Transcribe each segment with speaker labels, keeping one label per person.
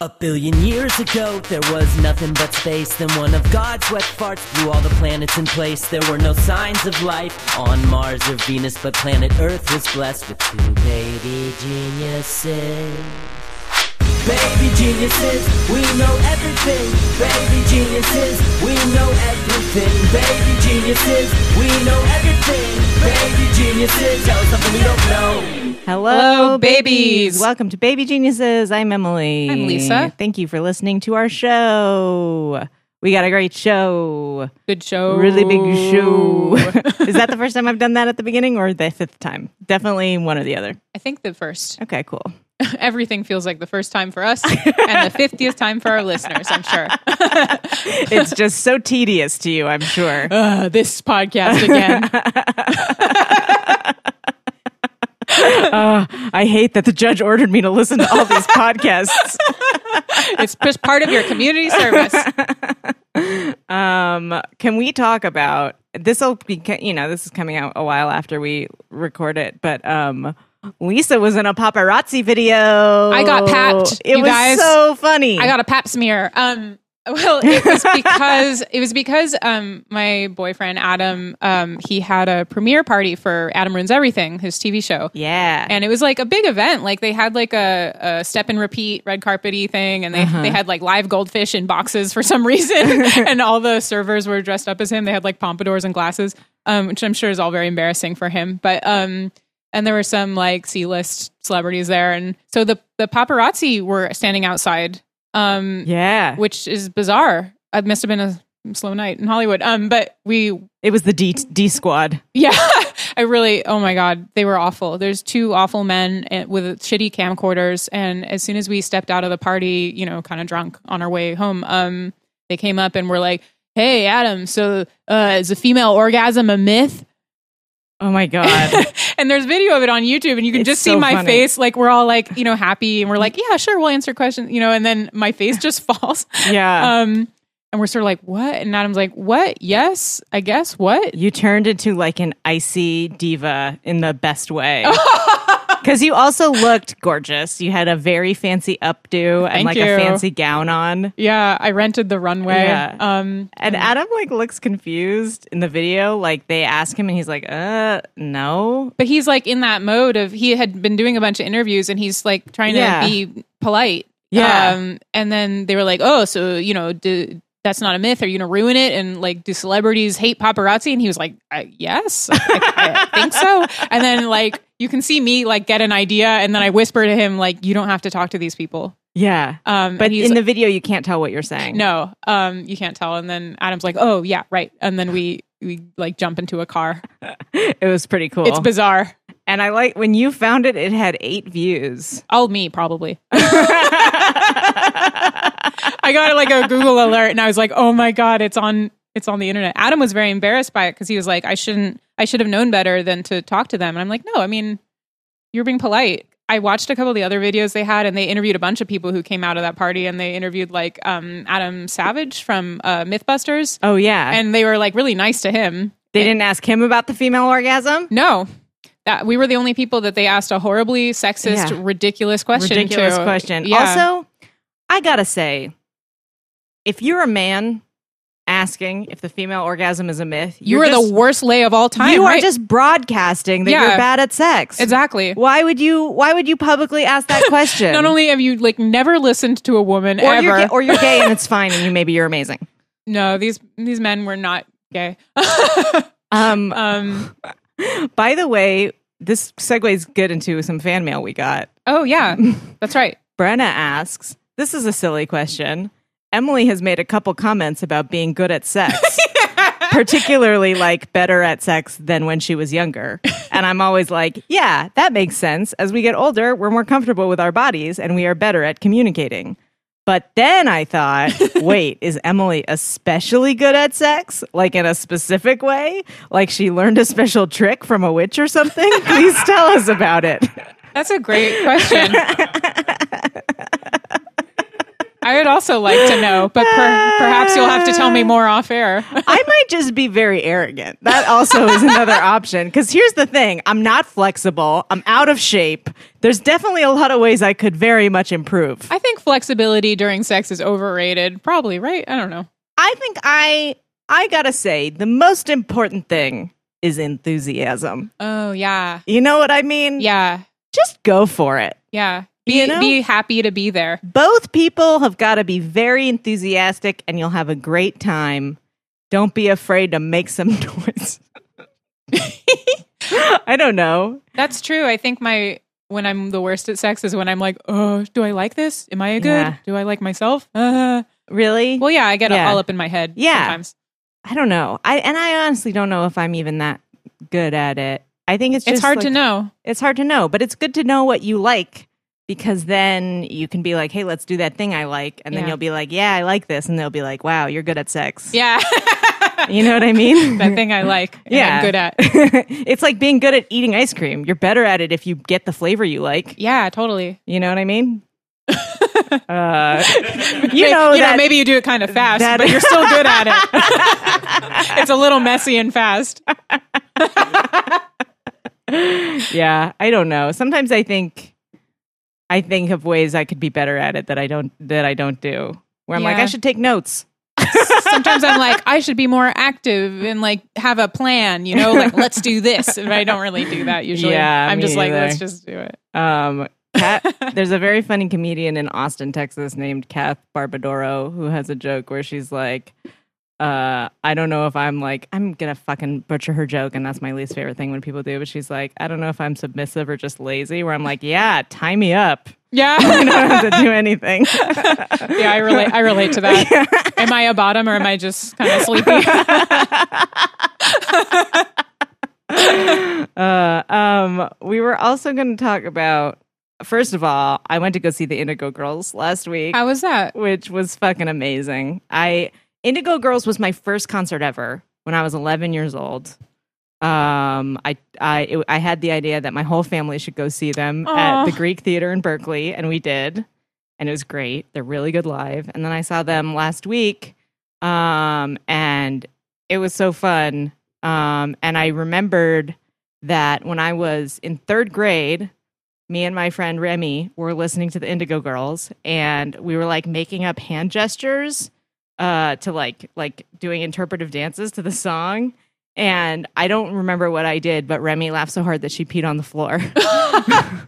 Speaker 1: A billion years ago, there was nothing but space. Then one of God's wet farts blew all the planets in place. There were no signs of life on Mars or Venus, but planet Earth was blessed with two baby geniuses. Baby geniuses, we know everything. Baby geniuses, we know everything. Baby geniuses, we know everything. Baby geniuses, tell us something we don't know.
Speaker 2: Hello,
Speaker 3: Hello,
Speaker 2: babies.
Speaker 3: babies.
Speaker 2: Welcome to Baby Geniuses. I'm Emily.
Speaker 3: I'm Lisa.
Speaker 2: Thank you for listening to our show. We got a great show.
Speaker 3: Good show.
Speaker 2: Really big show. Is that the first time I've done that at the beginning or the fifth time? Definitely one or the other.
Speaker 3: I think the first.
Speaker 2: Okay, cool.
Speaker 3: Everything feels like the first time for us and the 50th time for our listeners, I'm sure.
Speaker 2: It's just so tedious to you, I'm sure.
Speaker 3: Uh, this podcast again.
Speaker 2: I hate that the judge ordered me to listen to all these podcasts.
Speaker 3: it's just part of your community service.
Speaker 2: Um, can we talk about this? Will be you know this is coming out a while after we record it, but um, Lisa was in a paparazzi video.
Speaker 3: I got papped,
Speaker 2: It
Speaker 3: you
Speaker 2: was
Speaker 3: guys.
Speaker 2: so funny.
Speaker 3: I got a pap smear. Um, well, it was because it was because um, my boyfriend Adam um, he had a premiere party for Adam Ruins Everything, his TV show.
Speaker 2: yeah.
Speaker 3: and it was like a big event. Like they had like a, a step and repeat red carpety thing, and they they had like live goldfish in boxes for some reason, and all the servers were dressed up as him. They had like pompadours and glasses, um, which I'm sure is all very embarrassing for him. But um, and there were some like C list celebrities there, and so the the paparazzi were standing outside, um,
Speaker 2: yeah,
Speaker 3: which is bizarre. It must have been a slow night in Hollywood. Um, but we
Speaker 2: it was the D D squad.
Speaker 3: yeah, I really. Oh my god, they were awful. There's two awful men eh, with shitty camcorders, and as soon as we stepped out of the party, you know, kind of drunk on our way home, um, they came up and were like, "Hey, Adam, so uh, is a female orgasm a myth?"
Speaker 2: Oh my god,
Speaker 3: And there's video of it on YouTube, and you can
Speaker 2: It's
Speaker 3: just
Speaker 2: so
Speaker 3: see my
Speaker 2: funny.
Speaker 3: face. Like we're all like, you know, happy, and we're like, "Yeah, sure, we'll answer questions," you know, and then my face just falls.
Speaker 2: yeah.
Speaker 3: Um, and we're sort of like, "What?" And Adam's like, "What? Yes, I guess. What?"
Speaker 2: you turned into like an icy diva in the best way. Because you also looked gorgeous. You had a very fancy updo and
Speaker 3: Thank
Speaker 2: like
Speaker 3: you.
Speaker 2: a fancy gown on.
Speaker 3: Yeah, I rented the runway.
Speaker 2: Yeah.
Speaker 3: Um,
Speaker 2: And Adam like looks confused in the video. Like they ask him, and he's like, "Uh, no."
Speaker 3: but he's like in that mode of he had been doing a bunch of interviews and he's like trying
Speaker 2: Yeah.
Speaker 3: to be polite.
Speaker 2: Yeah.
Speaker 3: Um, and then they were like, oh, so, you know, do, that's not a myth. Are you going to ruin it? And like, do celebrities hate paparazzi? And he was like, I, yes, I, I think so. And then like, you can see me like get an idea. And then I whisper to him, like, you don't have to talk to these people.
Speaker 2: Yeah,
Speaker 3: Um,
Speaker 2: but
Speaker 3: and he's
Speaker 2: in the video, you can't tell what you're saying.
Speaker 3: no, um, you can't tell. And then Adam's like, oh yeah, right. And then we, we like jump into a car.
Speaker 2: it was pretty cool.
Speaker 3: It's bizarre.
Speaker 2: and I like when you found it; it had eight views.
Speaker 3: All me, probably. I got like a Google alert, and I was like, "Oh my god, it's on! It's on the internet." Adam was very embarrassed by it because he was like, "I shouldn't. I should have known better than to talk to them." And I'm like, "No, I mean, you're being polite." I watched a couple of the other videos they had, and they interviewed a bunch of people who came out of that party, and they interviewed like um, Adam Savage from uh, MythBusters,
Speaker 2: Oh yeah, and
Speaker 3: and they were like really nice to him.
Speaker 2: they didn't ask him about the female orgasm.
Speaker 3: No. That, we were the only people that they asked a horribly sexist,
Speaker 2: Yeah.
Speaker 3: ridiculous question.
Speaker 2: Ridiculous
Speaker 3: to.
Speaker 2: question.
Speaker 3: Yeah.
Speaker 2: Also, I gotta say, if you're a man asking if the female orgasm is a myth,
Speaker 3: you
Speaker 2: you're
Speaker 3: are
Speaker 2: just-
Speaker 3: the worst lay of all time.
Speaker 2: you are
Speaker 3: right?
Speaker 2: just broadcasting that you're
Speaker 3: Yeah.
Speaker 2: bad at sex.
Speaker 3: exactly.
Speaker 2: Why would you? Why would you publicly ask that question?
Speaker 3: Not only have you like never listened to a woman
Speaker 2: or
Speaker 3: ever,
Speaker 2: you're gay, or you're gay and it's fine, and you maybe you're amazing.
Speaker 3: no, these these men were not gay.
Speaker 2: Um,
Speaker 3: um,
Speaker 2: by the way, this segues good into some fan mail we got.
Speaker 3: oh yeah, that's right.
Speaker 2: Brenna asks, "This is a silly question." Emily has made a couple comments about being good at sex, particularly like better at sex than when she was younger. And I'm always like, "Yeah, that makes sense. As we get older, we're more comfortable with our bodies and we are better at communicating." But then I thought, wait, is Emily especially good at sex? Like in a specific way? Like she learned a special trick from a witch or something? Please tell us about it.
Speaker 3: That's a great question. I would also like to know, but per- perhaps you'll have to tell me more off air.
Speaker 2: I might just be very arrogant. That also is another option. Because here's the thing I'm not flexible, I'm out of shape. There's definitely a lot of ways I could very much improve.
Speaker 3: I think flexibility during sex is overrated. Probably, right? I don't know.
Speaker 2: I think I I gotta say the most important thing is enthusiasm.
Speaker 3: Oh, yeah.
Speaker 2: You know what I mean?
Speaker 3: Yeah.
Speaker 2: Just go for it.
Speaker 3: Yeah. Be,
Speaker 2: You know?
Speaker 3: be happy to be there.
Speaker 2: Both people have got to be very enthusiastic, and you'll have a great time. Don't be afraid to make some noise. I don't know.
Speaker 3: That's true. I think my when I'm the worst at sex is when I'm like, oh, do I like this? Am I a good?
Speaker 2: Yeah.
Speaker 3: Do I like myself? Uh,
Speaker 2: Really?
Speaker 3: well, yeah, I get
Speaker 2: Yeah.
Speaker 3: all up in my head.
Speaker 2: Yeah.
Speaker 3: sometimes
Speaker 2: I don't know. I and I honestly don't know if I'm even that good at it. I think it's just
Speaker 3: it's hard
Speaker 2: like-
Speaker 3: to know.
Speaker 2: It's hard to know, but it's good to know what you like because then you can be like, "Hey, let's do that thing I like," and then
Speaker 3: Yeah.
Speaker 2: you'll be like, "Yeah, I like this," and they'll be like, "Wow, you're good at sex."
Speaker 3: Yeah,
Speaker 2: You know what I mean?
Speaker 3: that thing I like. and
Speaker 2: Yeah.
Speaker 3: I'm good at.
Speaker 2: it's like being good at eating ice cream. You're better at it if you get the flavor you like.
Speaker 3: Yeah, totally.
Speaker 2: You know what I mean? uh, you know
Speaker 3: you
Speaker 2: that
Speaker 3: know, maybe you do it kind of fast,
Speaker 2: that-
Speaker 3: but you're still good at it. it's a little messy and fast.
Speaker 2: yeah i don't know sometimes i think i think of ways i could be better at it that i don't that i don't do where i'm like
Speaker 3: Yeah.
Speaker 2: i should take notes
Speaker 3: Sometimes I'm like, I should be more active and like have a plan. You know, like let's do this. But I don't really do that usually.
Speaker 2: Yeah,
Speaker 3: I'm
Speaker 2: me
Speaker 3: just like,
Speaker 2: neither.
Speaker 3: let's just do it.
Speaker 2: um Kat, there's a very funny comedian in austin texas named kath barbadoro who has a joke where she's like uh, I don't know if I'm like I'm gonna fucking butcher her joke, and that's my least favorite thing when people do. But she's like, I don't know if I'm submissive or just lazy. Where I'm like, yeah, tie me up.
Speaker 3: Yeah.
Speaker 2: I don't have to do anything.
Speaker 3: Yeah, I relate. I relate to that. Am I a bottom or am I just kind of sleepy?
Speaker 2: Um, we were also going to talk about. First of all, I went to go see the Indigo Girls last week,
Speaker 3: How was that?
Speaker 2: which was fucking amazing. I Indigo Girls was my first concert ever when I was 11 years old. Um, I I it- I had the idea that my whole family should go see them at
Speaker 3: Aw.
Speaker 2: the Greek Theater in Berkeley, and we did, and it was great. They're really good live. And then I saw them last week, um, and it was so fun. Um, and I remembered that when I was in third grade, me and my friend Remy were listening to the Indigo Girls, and we were like making up hand gestures uh, to like like doing interpretive dances to the song. And I don't remember what I did, but Remy laughed so hard that she peed on the floor.
Speaker 3: Oh,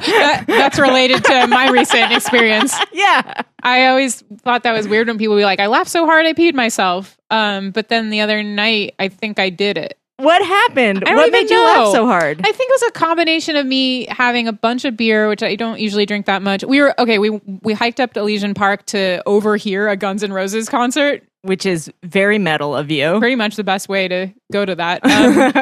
Speaker 3: that, that's related to my recent experience.
Speaker 2: yeah,
Speaker 3: I always thought that was weird when people would be like, "I laughed so hard I peed myself," um, but then the other night, I think I did it.
Speaker 2: what happened?
Speaker 3: I don't
Speaker 2: what
Speaker 3: even
Speaker 2: made you laugh
Speaker 3: know.
Speaker 2: so hard?
Speaker 3: I think it was a combination of me having a bunch of beer, which I don't usually drink that much. We were okay. We we hiked up to Elysian Park to overhear a Guns N' Roses concert.
Speaker 2: Which is very metal of you.
Speaker 3: Pretty much the best way to go to that. Um,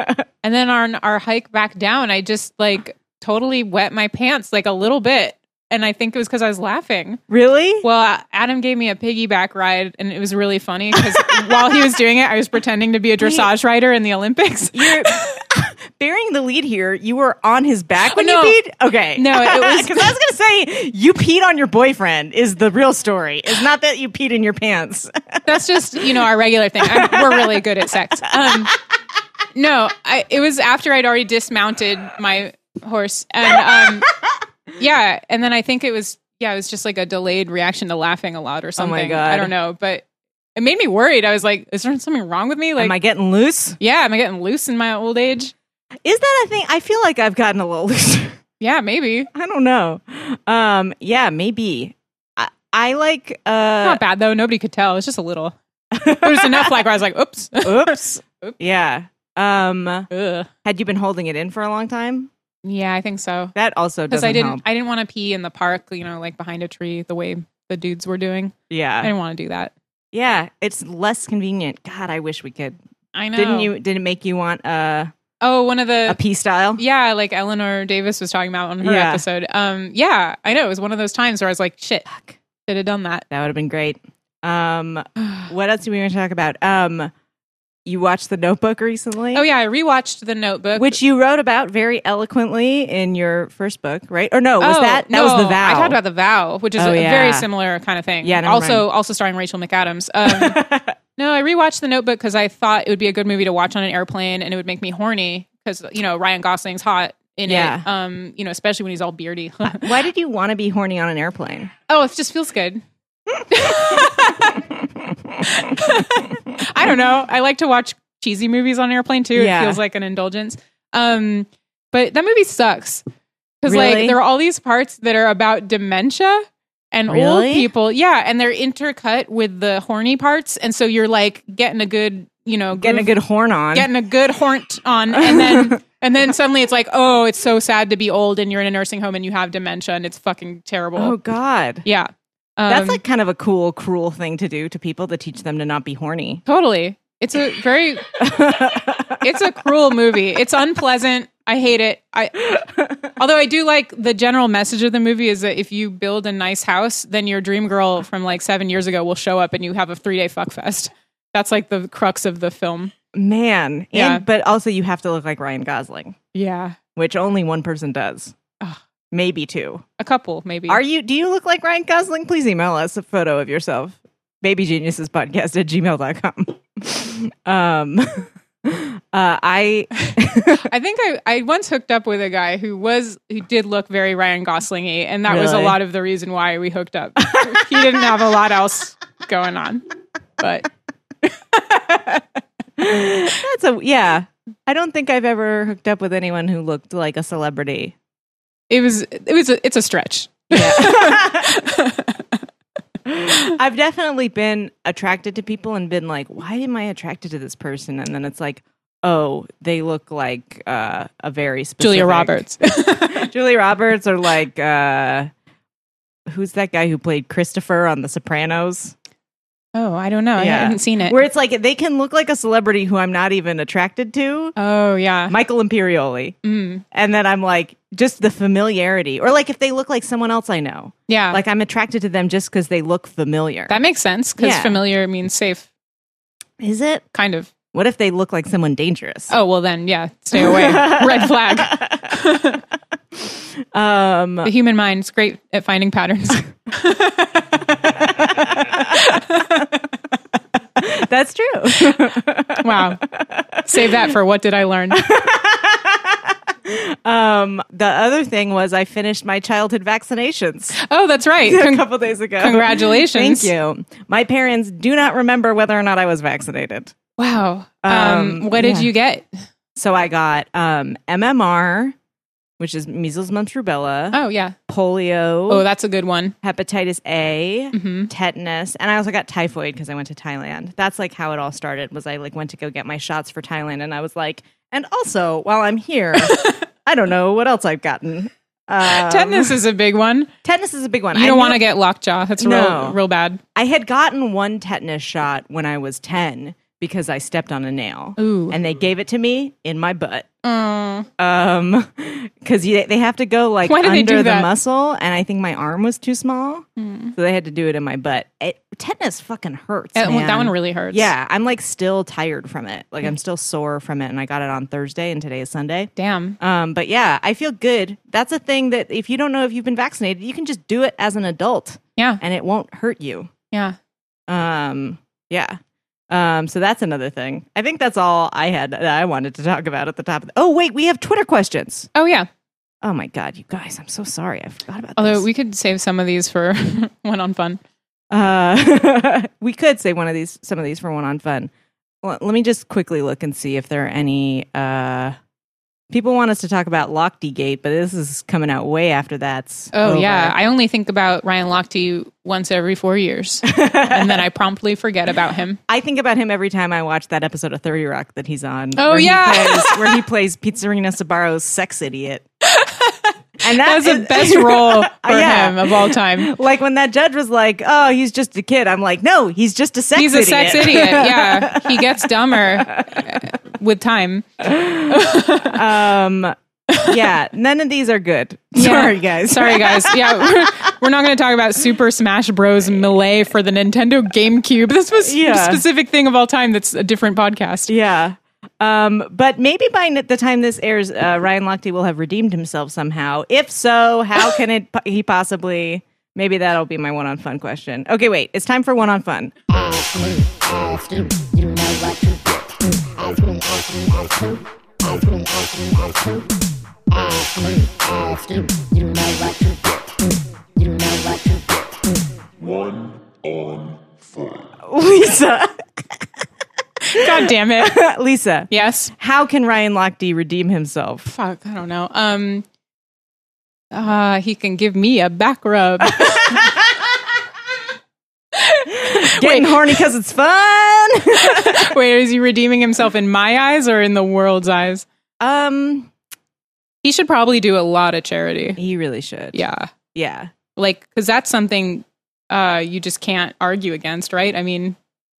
Speaker 3: and then on our hike back down, I just like totally wet my pants like a little bit, and I think it was because I was laughing.
Speaker 2: Really?
Speaker 3: Well, Adam gave me a piggyback ride, and it was really funny because while he was doing it, I was pretending to be a dressage rider in the Olympics.
Speaker 2: You're bearing the lead here. You were on his back when
Speaker 3: No.
Speaker 2: you peed. Okay,
Speaker 3: No, it was-
Speaker 2: because I was gonna say you peed on your boyfriend is the real story. It's not that you peed in your pants.
Speaker 3: That's just you know our regular thing. I'm, we're really good at sex. Um, no, I, it was after I'd already dismounted my horse, and um, yeah, and then I think it was yeah, it was just like a delayed reaction to laughing a lot or something.
Speaker 2: Oh God.
Speaker 3: I don't know, but it made me worried. I was like, is there something wrong with me? Like,
Speaker 2: Am I getting loose?
Speaker 3: yeah, am I getting loose in my old age?
Speaker 2: Is that a thing? I feel like I've gotten a little loose.
Speaker 3: Yeah, maybe.
Speaker 2: I don't know. Um, yeah, maybe. I, I like. Uh,
Speaker 3: Not bad though. Nobody could tell. It's just a little. It was enough like where I was like, oops.
Speaker 2: oops. Yeah. Um,
Speaker 3: Ugh.
Speaker 2: had you been holding it in for a long time?
Speaker 3: Yeah, I think so.
Speaker 2: That also
Speaker 3: Because
Speaker 2: doesn't
Speaker 3: I didn't
Speaker 2: help.
Speaker 3: I didn't want to pee in the park, you know, like behind a tree the way the dudes were doing. I
Speaker 2: Yeah,
Speaker 3: didn't want to do that.
Speaker 2: yeah. It's less convenient. God, I wish we could.
Speaker 3: I know.
Speaker 2: Didn't you? Did it make you want uh,
Speaker 3: Oh, one of
Speaker 2: a
Speaker 3: the
Speaker 2: pea style?
Speaker 3: Yeah, like Eleanor Davis was talking about on her
Speaker 2: Yeah.
Speaker 3: episode. Um yeah, I know. It was one of those times where I was like, shit, should have done that.
Speaker 2: That would have been great. Um, what else do we want to talk about? Um, you watched The Notebook recently.
Speaker 3: Oh yeah, I rewatched The Notebook.
Speaker 2: Which you wrote about very eloquently in your first book, right? Or no, was
Speaker 3: Oh,
Speaker 2: that that
Speaker 3: no,
Speaker 2: was the vow?
Speaker 3: I talked about the vow, which is
Speaker 2: Oh,
Speaker 3: a
Speaker 2: yeah.
Speaker 3: very similar kind of thing.
Speaker 2: Yeah, never
Speaker 3: also also starring Rachel McAdams. Um, no, I rewatched The Notebook because I thought it would be a good movie to watch on an airplane, and it would make me horny because you know Ryan Gosling's hot in
Speaker 2: Yeah.
Speaker 3: it. Um, you know, especially when he's all beardy.
Speaker 2: Why did you want to be horny on an airplane?
Speaker 3: oh, it just feels good. I don't know. I like to watch cheesy movies on an airplane too.
Speaker 2: Yeah.
Speaker 3: It feels like an indulgence. Um, but that movie sucks because
Speaker 2: Really?
Speaker 3: like there are all these parts that are about dementia and
Speaker 2: Really?
Speaker 3: old people. Yeah, and they're intercut with the horny parts, and so you're like getting a good, you know,
Speaker 2: Getting a
Speaker 3: groove-
Speaker 2: good horn on.
Speaker 3: getting a good hornt on, and then. And then suddenly it's like, oh, it's so sad to be old and you're in a nursing home and you have dementia and it's fucking terrible.
Speaker 2: oh God.
Speaker 3: Yeah. Um,
Speaker 2: That's like kind of a cool, cruel thing to do to people to teach them to not be horny.
Speaker 3: Um, totally. It's a very it's a cruel movie. It's unpleasant. I hate it. I although I do like the general message of the movie is that if you build a nice house, then your dream girl from like 7 years ago will show up and you have a 3-day fuck fest. That's like the crux of the film.
Speaker 2: Man. And,
Speaker 3: Yeah.
Speaker 2: But also, you have to look like Ryan Gosling,
Speaker 3: Yeah.
Speaker 2: which only one person does.
Speaker 3: Ugh.
Speaker 2: Maybe two.
Speaker 3: A couple maybe.
Speaker 2: Are you? Do you look like Ryan Gosling? Please email us a photo of yourself. Babygeniusespodcast at gmail.com. Um, uh, I,
Speaker 3: I think I, I once hooked up with a guy who was who did look very Ryan Goslingy and that was a
Speaker 2: Really?
Speaker 3: lot of the reason why we hooked up. he didn't have a lot else going on. But
Speaker 2: that's a, yeah. I don't think I've ever hooked up with anyone who looked like a celebrity.
Speaker 3: it was it was a, it's a stretch.
Speaker 2: I've definitely been attracted to people and been like, why am I attracted to this person? And then it's like, oh, they look like uh, a very specific
Speaker 3: Julia Roberts.
Speaker 2: Julie Roberts or like uh who's that guy who played Christopher on The Sopranos?
Speaker 3: Oh, I don't know. I haven't seen it.
Speaker 2: Where it's like they can look like a celebrity who I'm not even attracted to.
Speaker 3: oh yeah.
Speaker 2: Michael Imperioli.
Speaker 3: Mm.
Speaker 2: And then I'm like, just the familiarity. Or like if they look like someone else I know.
Speaker 3: Yeah.
Speaker 2: Like I'm attracted to them just because they look familiar.
Speaker 3: that makes sense because
Speaker 2: Yeah.
Speaker 3: familiar means safe,
Speaker 2: Is it?
Speaker 3: kind of.
Speaker 2: What if they look like someone dangerous?
Speaker 3: Oh well, then yeah, stay away. Red flag.
Speaker 2: Um
Speaker 3: The human mind's great at finding patterns.
Speaker 2: that's true.
Speaker 3: wow. Save that for what did I learn?
Speaker 2: um the other thing was I finished my childhood vaccinations.
Speaker 3: Oh, that's right.
Speaker 2: a
Speaker 3: Con-
Speaker 2: couple days ago.
Speaker 3: Congratulations.
Speaker 2: Thank you. My parents do not remember whether or not I was vaccinated.
Speaker 3: wow.
Speaker 2: Um,
Speaker 3: Um, what did
Speaker 2: yeah.
Speaker 3: you get?
Speaker 2: So I got um, MMR, which is measles, mumps, rubella,
Speaker 3: Oh yeah. Oh,
Speaker 2: polio,
Speaker 3: that's a good one.
Speaker 2: hepatitis A,
Speaker 3: hmm
Speaker 2: tetanus, and I also got typhoid because I went to Thailand. That's like how it all started. Was I like went to go get my shots for Thailand, and I was like, and also while I'm here, I don't know what else I've gotten. Um,
Speaker 3: Tetanus is a big one.
Speaker 2: tetanus is a big one.
Speaker 3: You
Speaker 2: I
Speaker 3: don't
Speaker 2: know-
Speaker 3: want to get lockjaw. That's
Speaker 2: No.
Speaker 3: real, real bad.
Speaker 2: I had gotten one tetanus shot when I was 10 because I stepped on a nail.
Speaker 3: Ooh.
Speaker 2: And they gave it to me in my butt.
Speaker 3: Oh.
Speaker 2: Um, because they have to go like
Speaker 3: Why do they
Speaker 2: under
Speaker 3: do
Speaker 2: the
Speaker 3: that? Hmm.
Speaker 2: muscle, and I think my arm was too small, so they had to do it in my butt. It, tetanus fucking hurts.
Speaker 3: That one- that
Speaker 2: man.
Speaker 3: one really hurts.
Speaker 2: Yeah, I'm like still tired from it. Like I'm
Speaker 3: Mm.
Speaker 2: still sore from it, and I got it on Thursday, and today is Sunday.
Speaker 3: Damn.
Speaker 2: Um, but yeah, I feel good. That's a thing that if you don't know if you've been vaccinated, you can just do it as an adult,
Speaker 3: Yeah.
Speaker 2: and it won't hurt you.
Speaker 3: Yeah.
Speaker 2: Um, yeah. Um, so that's another thing. I think that's all I had that I wanted to talk about at the top. Of the- oh wait, we have Twitter questions.
Speaker 3: Oh yeah.
Speaker 2: Oh my god, you guys, I'm so sorry. I forgot about
Speaker 3: Although
Speaker 2: this.
Speaker 3: we could save some of these for one on fun.
Speaker 2: uh, we could say one of these, some of these for one on fun. Well, let me just quickly look and see if there are any. Uh, people want us to talk about Lochte Gate, but this is coming out way after that's.
Speaker 3: Oh
Speaker 2: over.
Speaker 3: yeah, I only think about Ryan Lochte once every four years, and then I promptly forget about him.
Speaker 2: I think about him every time I watch that episode of Thirty Rock that he's on.
Speaker 3: Oh,
Speaker 2: where he
Speaker 3: yeah.
Speaker 2: plays- where he plays Pizzerina Sabaro's sex idiot. And
Speaker 3: That was the
Speaker 2: is-
Speaker 3: best role for
Speaker 2: Uh, Yeah.
Speaker 3: him of all time.
Speaker 2: Like when that judge was like, "Oh, he's just a kid," I'm like, "No, he's just a sex
Speaker 3: He's a
Speaker 2: idiot."
Speaker 3: sex idiot. Yeah, he gets dumber uh, with time.
Speaker 2: yeah, none of these are good.
Speaker 3: Yeah.
Speaker 2: Sorry, guys.
Speaker 3: Sorry, guys. Yeah, we're, We're not going to talk about Super Smash Bros. Melee for the Nintendo GameCube. This was
Speaker 2: Yeah.
Speaker 3: a specific thing of all time. That's a different podcast.
Speaker 2: Yeah. Um, but maybe by n- the time this airs, uh, Ryan Lochte will have redeemed himself somehow. If so, how can it po- he possibly? Maybe that'll be my one on fun question. Okay, wait, it's time for one on fun.
Speaker 4: Ask me, ask you, you know what you get. Ask me, ask you, ask you, ask me, ask you, ask you. Ask me, ask you, you know what you get. You know what you get.
Speaker 5: One on four.
Speaker 2: Lisa,
Speaker 3: God damn it.
Speaker 2: Lisa,
Speaker 3: Yes.
Speaker 2: how can Ryan Lochte redeem himself?
Speaker 3: Fuck. I don't know. Um. Uh, he can give me a back rub.
Speaker 2: Getting horny because it's fun.
Speaker 3: Wait, is he redeeming himself in my eyes or in the world's eyes?
Speaker 2: um,
Speaker 3: He should probably do a lot of charity.
Speaker 2: he really should.
Speaker 3: Yeah.
Speaker 2: yeah.
Speaker 3: Like, because that's something uh, you just can't argue against, right? I mean,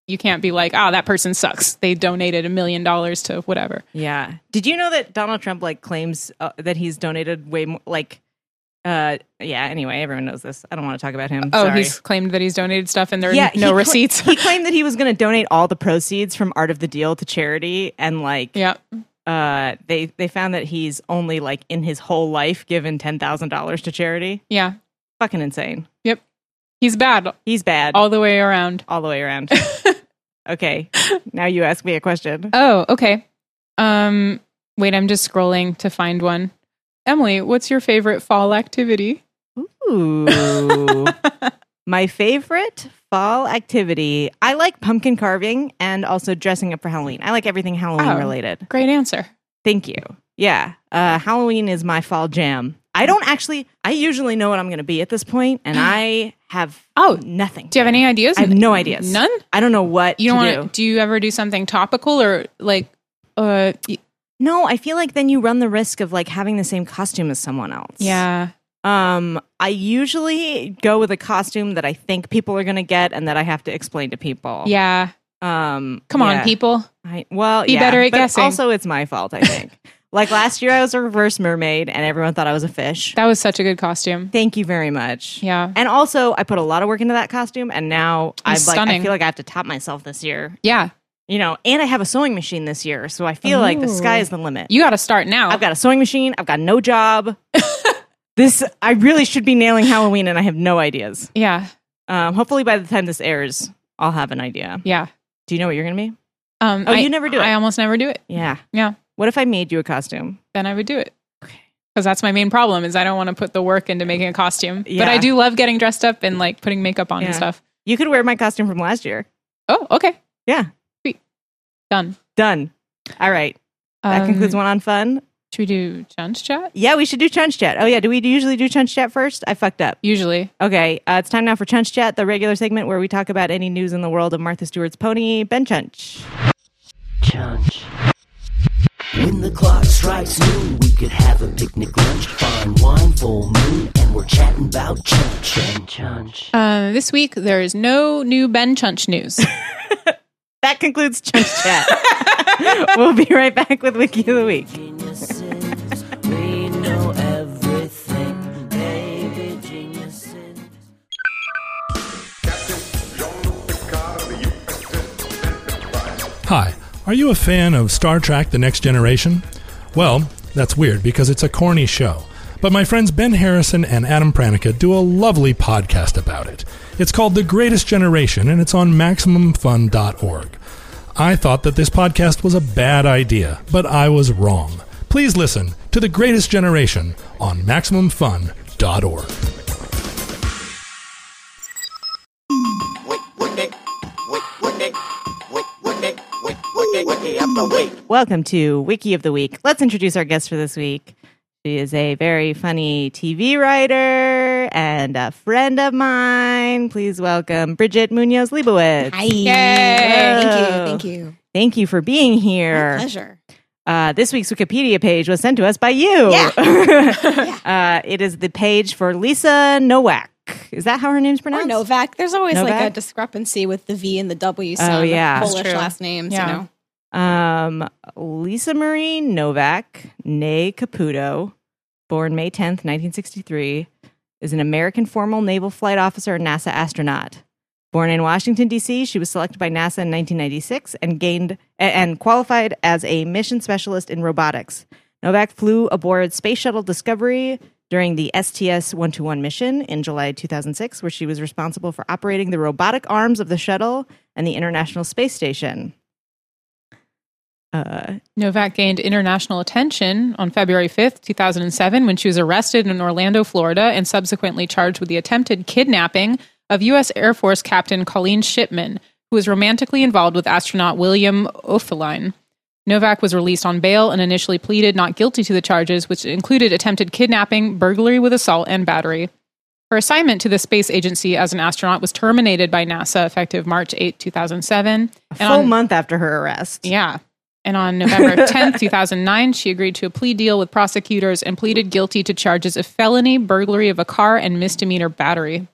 Speaker 3: you can't be like, oh, that person sucks. They donated a million dollars to whatever.
Speaker 2: Yeah. Did you know that Donald Trump like claims uh, that he's donated way more? Like, uh, yeah. Anyway, everyone knows this. I don't want to talk about him.
Speaker 3: Oh,
Speaker 2: Sorry.
Speaker 3: he's claimed that he's donated stuff and there are
Speaker 2: yeah. he
Speaker 3: no
Speaker 2: cla-
Speaker 3: receipts.
Speaker 2: he claimed that he was going to donate all the proceeds from Art of the Deal to charity, and like,
Speaker 3: yeah.
Speaker 2: uh, they they found that he's only like in his whole life given ten thousand dollars to charity.
Speaker 3: Yeah.
Speaker 2: Fucking insane.
Speaker 3: Yep. He's bad
Speaker 2: He's bad all,
Speaker 3: all the way around.
Speaker 2: all the way around. okay, now you ask me a question.
Speaker 3: Oh, okay. Um, wait, I'm just scrolling to find one. Emily, what's your favorite fall activity?
Speaker 2: Ooh.
Speaker 3: Uh,
Speaker 2: My favorite fall activity. I like pumpkin carving and also dressing up for Halloween. I like everything Halloween
Speaker 3: Oh.
Speaker 2: related.
Speaker 3: Great answer.
Speaker 2: Thank you. Yeah. Uh, Halloween is my fall jam. I don't actually, I usually know what I'm going to be at this point, and I have
Speaker 3: Oh,
Speaker 2: nothing.
Speaker 3: Do you have any ideas?
Speaker 2: I have no ideas.
Speaker 3: None?
Speaker 2: I don't know what
Speaker 3: You don't
Speaker 2: to
Speaker 3: want
Speaker 2: do.
Speaker 3: to do you ever do something topical or like uh y-
Speaker 2: No, I feel like then you run the risk of like having the same costume as someone else.
Speaker 3: yeah.
Speaker 2: Um, I usually go with a costume that I think people are going to get and that I have to explain to people.
Speaker 3: Yeah.
Speaker 2: Um,
Speaker 3: Come on,
Speaker 2: Oh. yeah.
Speaker 3: people.
Speaker 2: I, well,
Speaker 3: Be
Speaker 2: yeah,
Speaker 3: better at
Speaker 2: but
Speaker 3: guessing.
Speaker 2: Also, it's my fault, I think. like last year, I was a reverse mermaid, and everyone thought I was a fish.
Speaker 3: That was such a good costume.
Speaker 2: Thank you very much.
Speaker 3: Yeah.
Speaker 2: And also, I put a lot of work into that costume, and now I'm like, I
Speaker 3: stunning.
Speaker 2: feel like I have to top myself this year.
Speaker 3: Yeah.
Speaker 2: You know, and I have a sewing machine this year, so I feel like the sky is the limit.
Speaker 3: You got to start now.
Speaker 2: I've got a sewing machine. I've got no job. this I really should be nailing Halloween, and I have no ideas.
Speaker 3: yeah.
Speaker 2: Um, hopefully, by the time this airs, I'll have an idea.
Speaker 3: Yeah.
Speaker 2: Do you know what you're gonna be?
Speaker 3: Um
Speaker 2: Oh,
Speaker 3: I-
Speaker 2: you never do it.
Speaker 3: I almost never do it.
Speaker 2: Yeah.
Speaker 3: Yeah.
Speaker 2: What if I made you a costume?
Speaker 3: Then I would do it. Cuz that's my main problem is I don't want to put the work into making a costume. But I
Speaker 2: Yeah.
Speaker 3: do love getting dressed up and like putting makeup on and
Speaker 2: Yeah.
Speaker 3: stuff.
Speaker 2: You could wear my costume from last year.
Speaker 3: Oh, okay.
Speaker 2: Yeah.
Speaker 3: Done.
Speaker 2: Done. All right. That
Speaker 3: Um,
Speaker 2: concludes one on fun.
Speaker 3: Should we do chunch chat?
Speaker 2: Yeah, we should do Chunch Chat. Oh, yeah. Do we usually do Chunch Chat first? I fucked up.
Speaker 3: Usually.
Speaker 2: Okay. Uh, it's time now for Chunch Chat, the regular segment where we talk about any news in the world of Martha Stewart's pony, Ben Chunch.
Speaker 1: Chunch. When the clock strikes noon, we could have a picnic lunch, fine wine, full moon, and we're chatting about chunch. Chunch.
Speaker 3: Uh, this week there is no new Ben Chunch news.
Speaker 2: That concludes Chunch Chat. we'll be right back with Wiki of the Week.
Speaker 1: Geniuses, we know everything, baby geniuses.
Speaker 6: Hi, are you a fan of Star Trek The Next Generation? Well, that's weird because it's a corny show. But my friends Ben Harrison and Adam Pranica do a lovely podcast about it. It's called The Greatest Generation and it's on MaximumFun.org. I thought that this podcast was a bad idea, but I was wrong. Please listen to The Greatest Generation on MaximumFun.org.
Speaker 2: Welcome to Wiki of the Week. Let's introduce our guest for this week. She is a very funny TV writer and a friend of mine. Please welcome Bridget Munoz Leibowitz.
Speaker 7: Hi.
Speaker 2: Hello.
Speaker 7: Thank you. Thank you.
Speaker 2: Thank you for being here.
Speaker 7: My pleasure.
Speaker 2: Uh, this week's Wikipedia page was sent to us by you.
Speaker 7: Yeah.
Speaker 2: uh, it is the page for Lisa Nowak. Is that how her name's
Speaker 7: Or
Speaker 2: pronounced?
Speaker 7: Novak. There's always like
Speaker 2: Novak?
Speaker 7: a discrepancy with the V and the W
Speaker 2: Oh,
Speaker 7: sound. of
Speaker 2: yeah. That's
Speaker 7: Polish
Speaker 3: true.
Speaker 7: last names,
Speaker 3: Yeah.
Speaker 7: you know.
Speaker 2: Um, Lisa Marie Novak, nay Caputo, born May 10th, 1963, is an American formal naval flight officer and NASA astronaut. Born in Washington, D.C., she was selected by NASA in 1996 and gained a- and qualified as a mission specialist in robotics. Novak flew aboard Space Shuttle Discovery during the STS 121 mission in July 2006, where she was responsible for operating the robotic arms of the shuttle and the International Space Station. Uh,
Speaker 3: Novak gained international attention on February 5th, 2007, when she was arrested in Orlando, Florida, and subsequently charged with the attempted kidnapping of U.S. Air Force Captain Colleen Shipman, who was romantically involved with astronaut William Opheline. Novak was released on bail and initially pleaded not guilty to the charges, which included attempted kidnapping, burglary with assault, and battery. Her assignment to the space agency as an astronaut was terminated by NASA effective March 8, 2007.
Speaker 2: a full month after her arrest.
Speaker 3: Yeah. And on November 10th, 2009, she agreed to a plea deal with prosecutors and pleaded guilty to charges of felony, burglary of a car, and misdemeanor battery.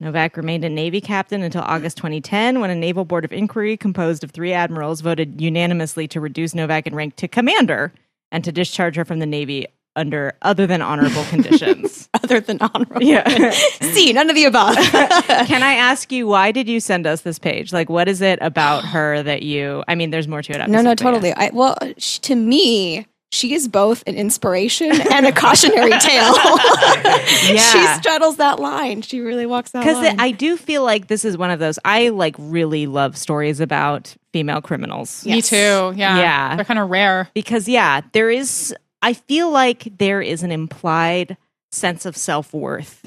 Speaker 2: Novak remained a Navy captain until August 2010, when a Naval Board of Inquiry composed of three admirals voted unanimously to reduce Novak in rank to commander and to discharge her from the Navy under other than honorable conditions.
Speaker 7: Other than honorable.
Speaker 2: Yeah.
Speaker 7: See, none of the above.
Speaker 2: Can I ask you why did you send us this page? Like, what is it about her that you? I mean, there's more to it.
Speaker 7: no,
Speaker 2: Obviously,
Speaker 7: no,
Speaker 2: but yeah.
Speaker 7: totally. I, well, sh- to me, she is both an inspiration and a cautionary tale. she
Speaker 2: Yeah.
Speaker 7: straddles that line. She really walks that line.
Speaker 2: because I do feel like this is one of those I like really love stories about female criminals.
Speaker 3: Me too. Yeah.
Speaker 2: Yeah.
Speaker 3: They're kind of rare.
Speaker 2: because yeah there is i feel like there is an implied sense of self-worth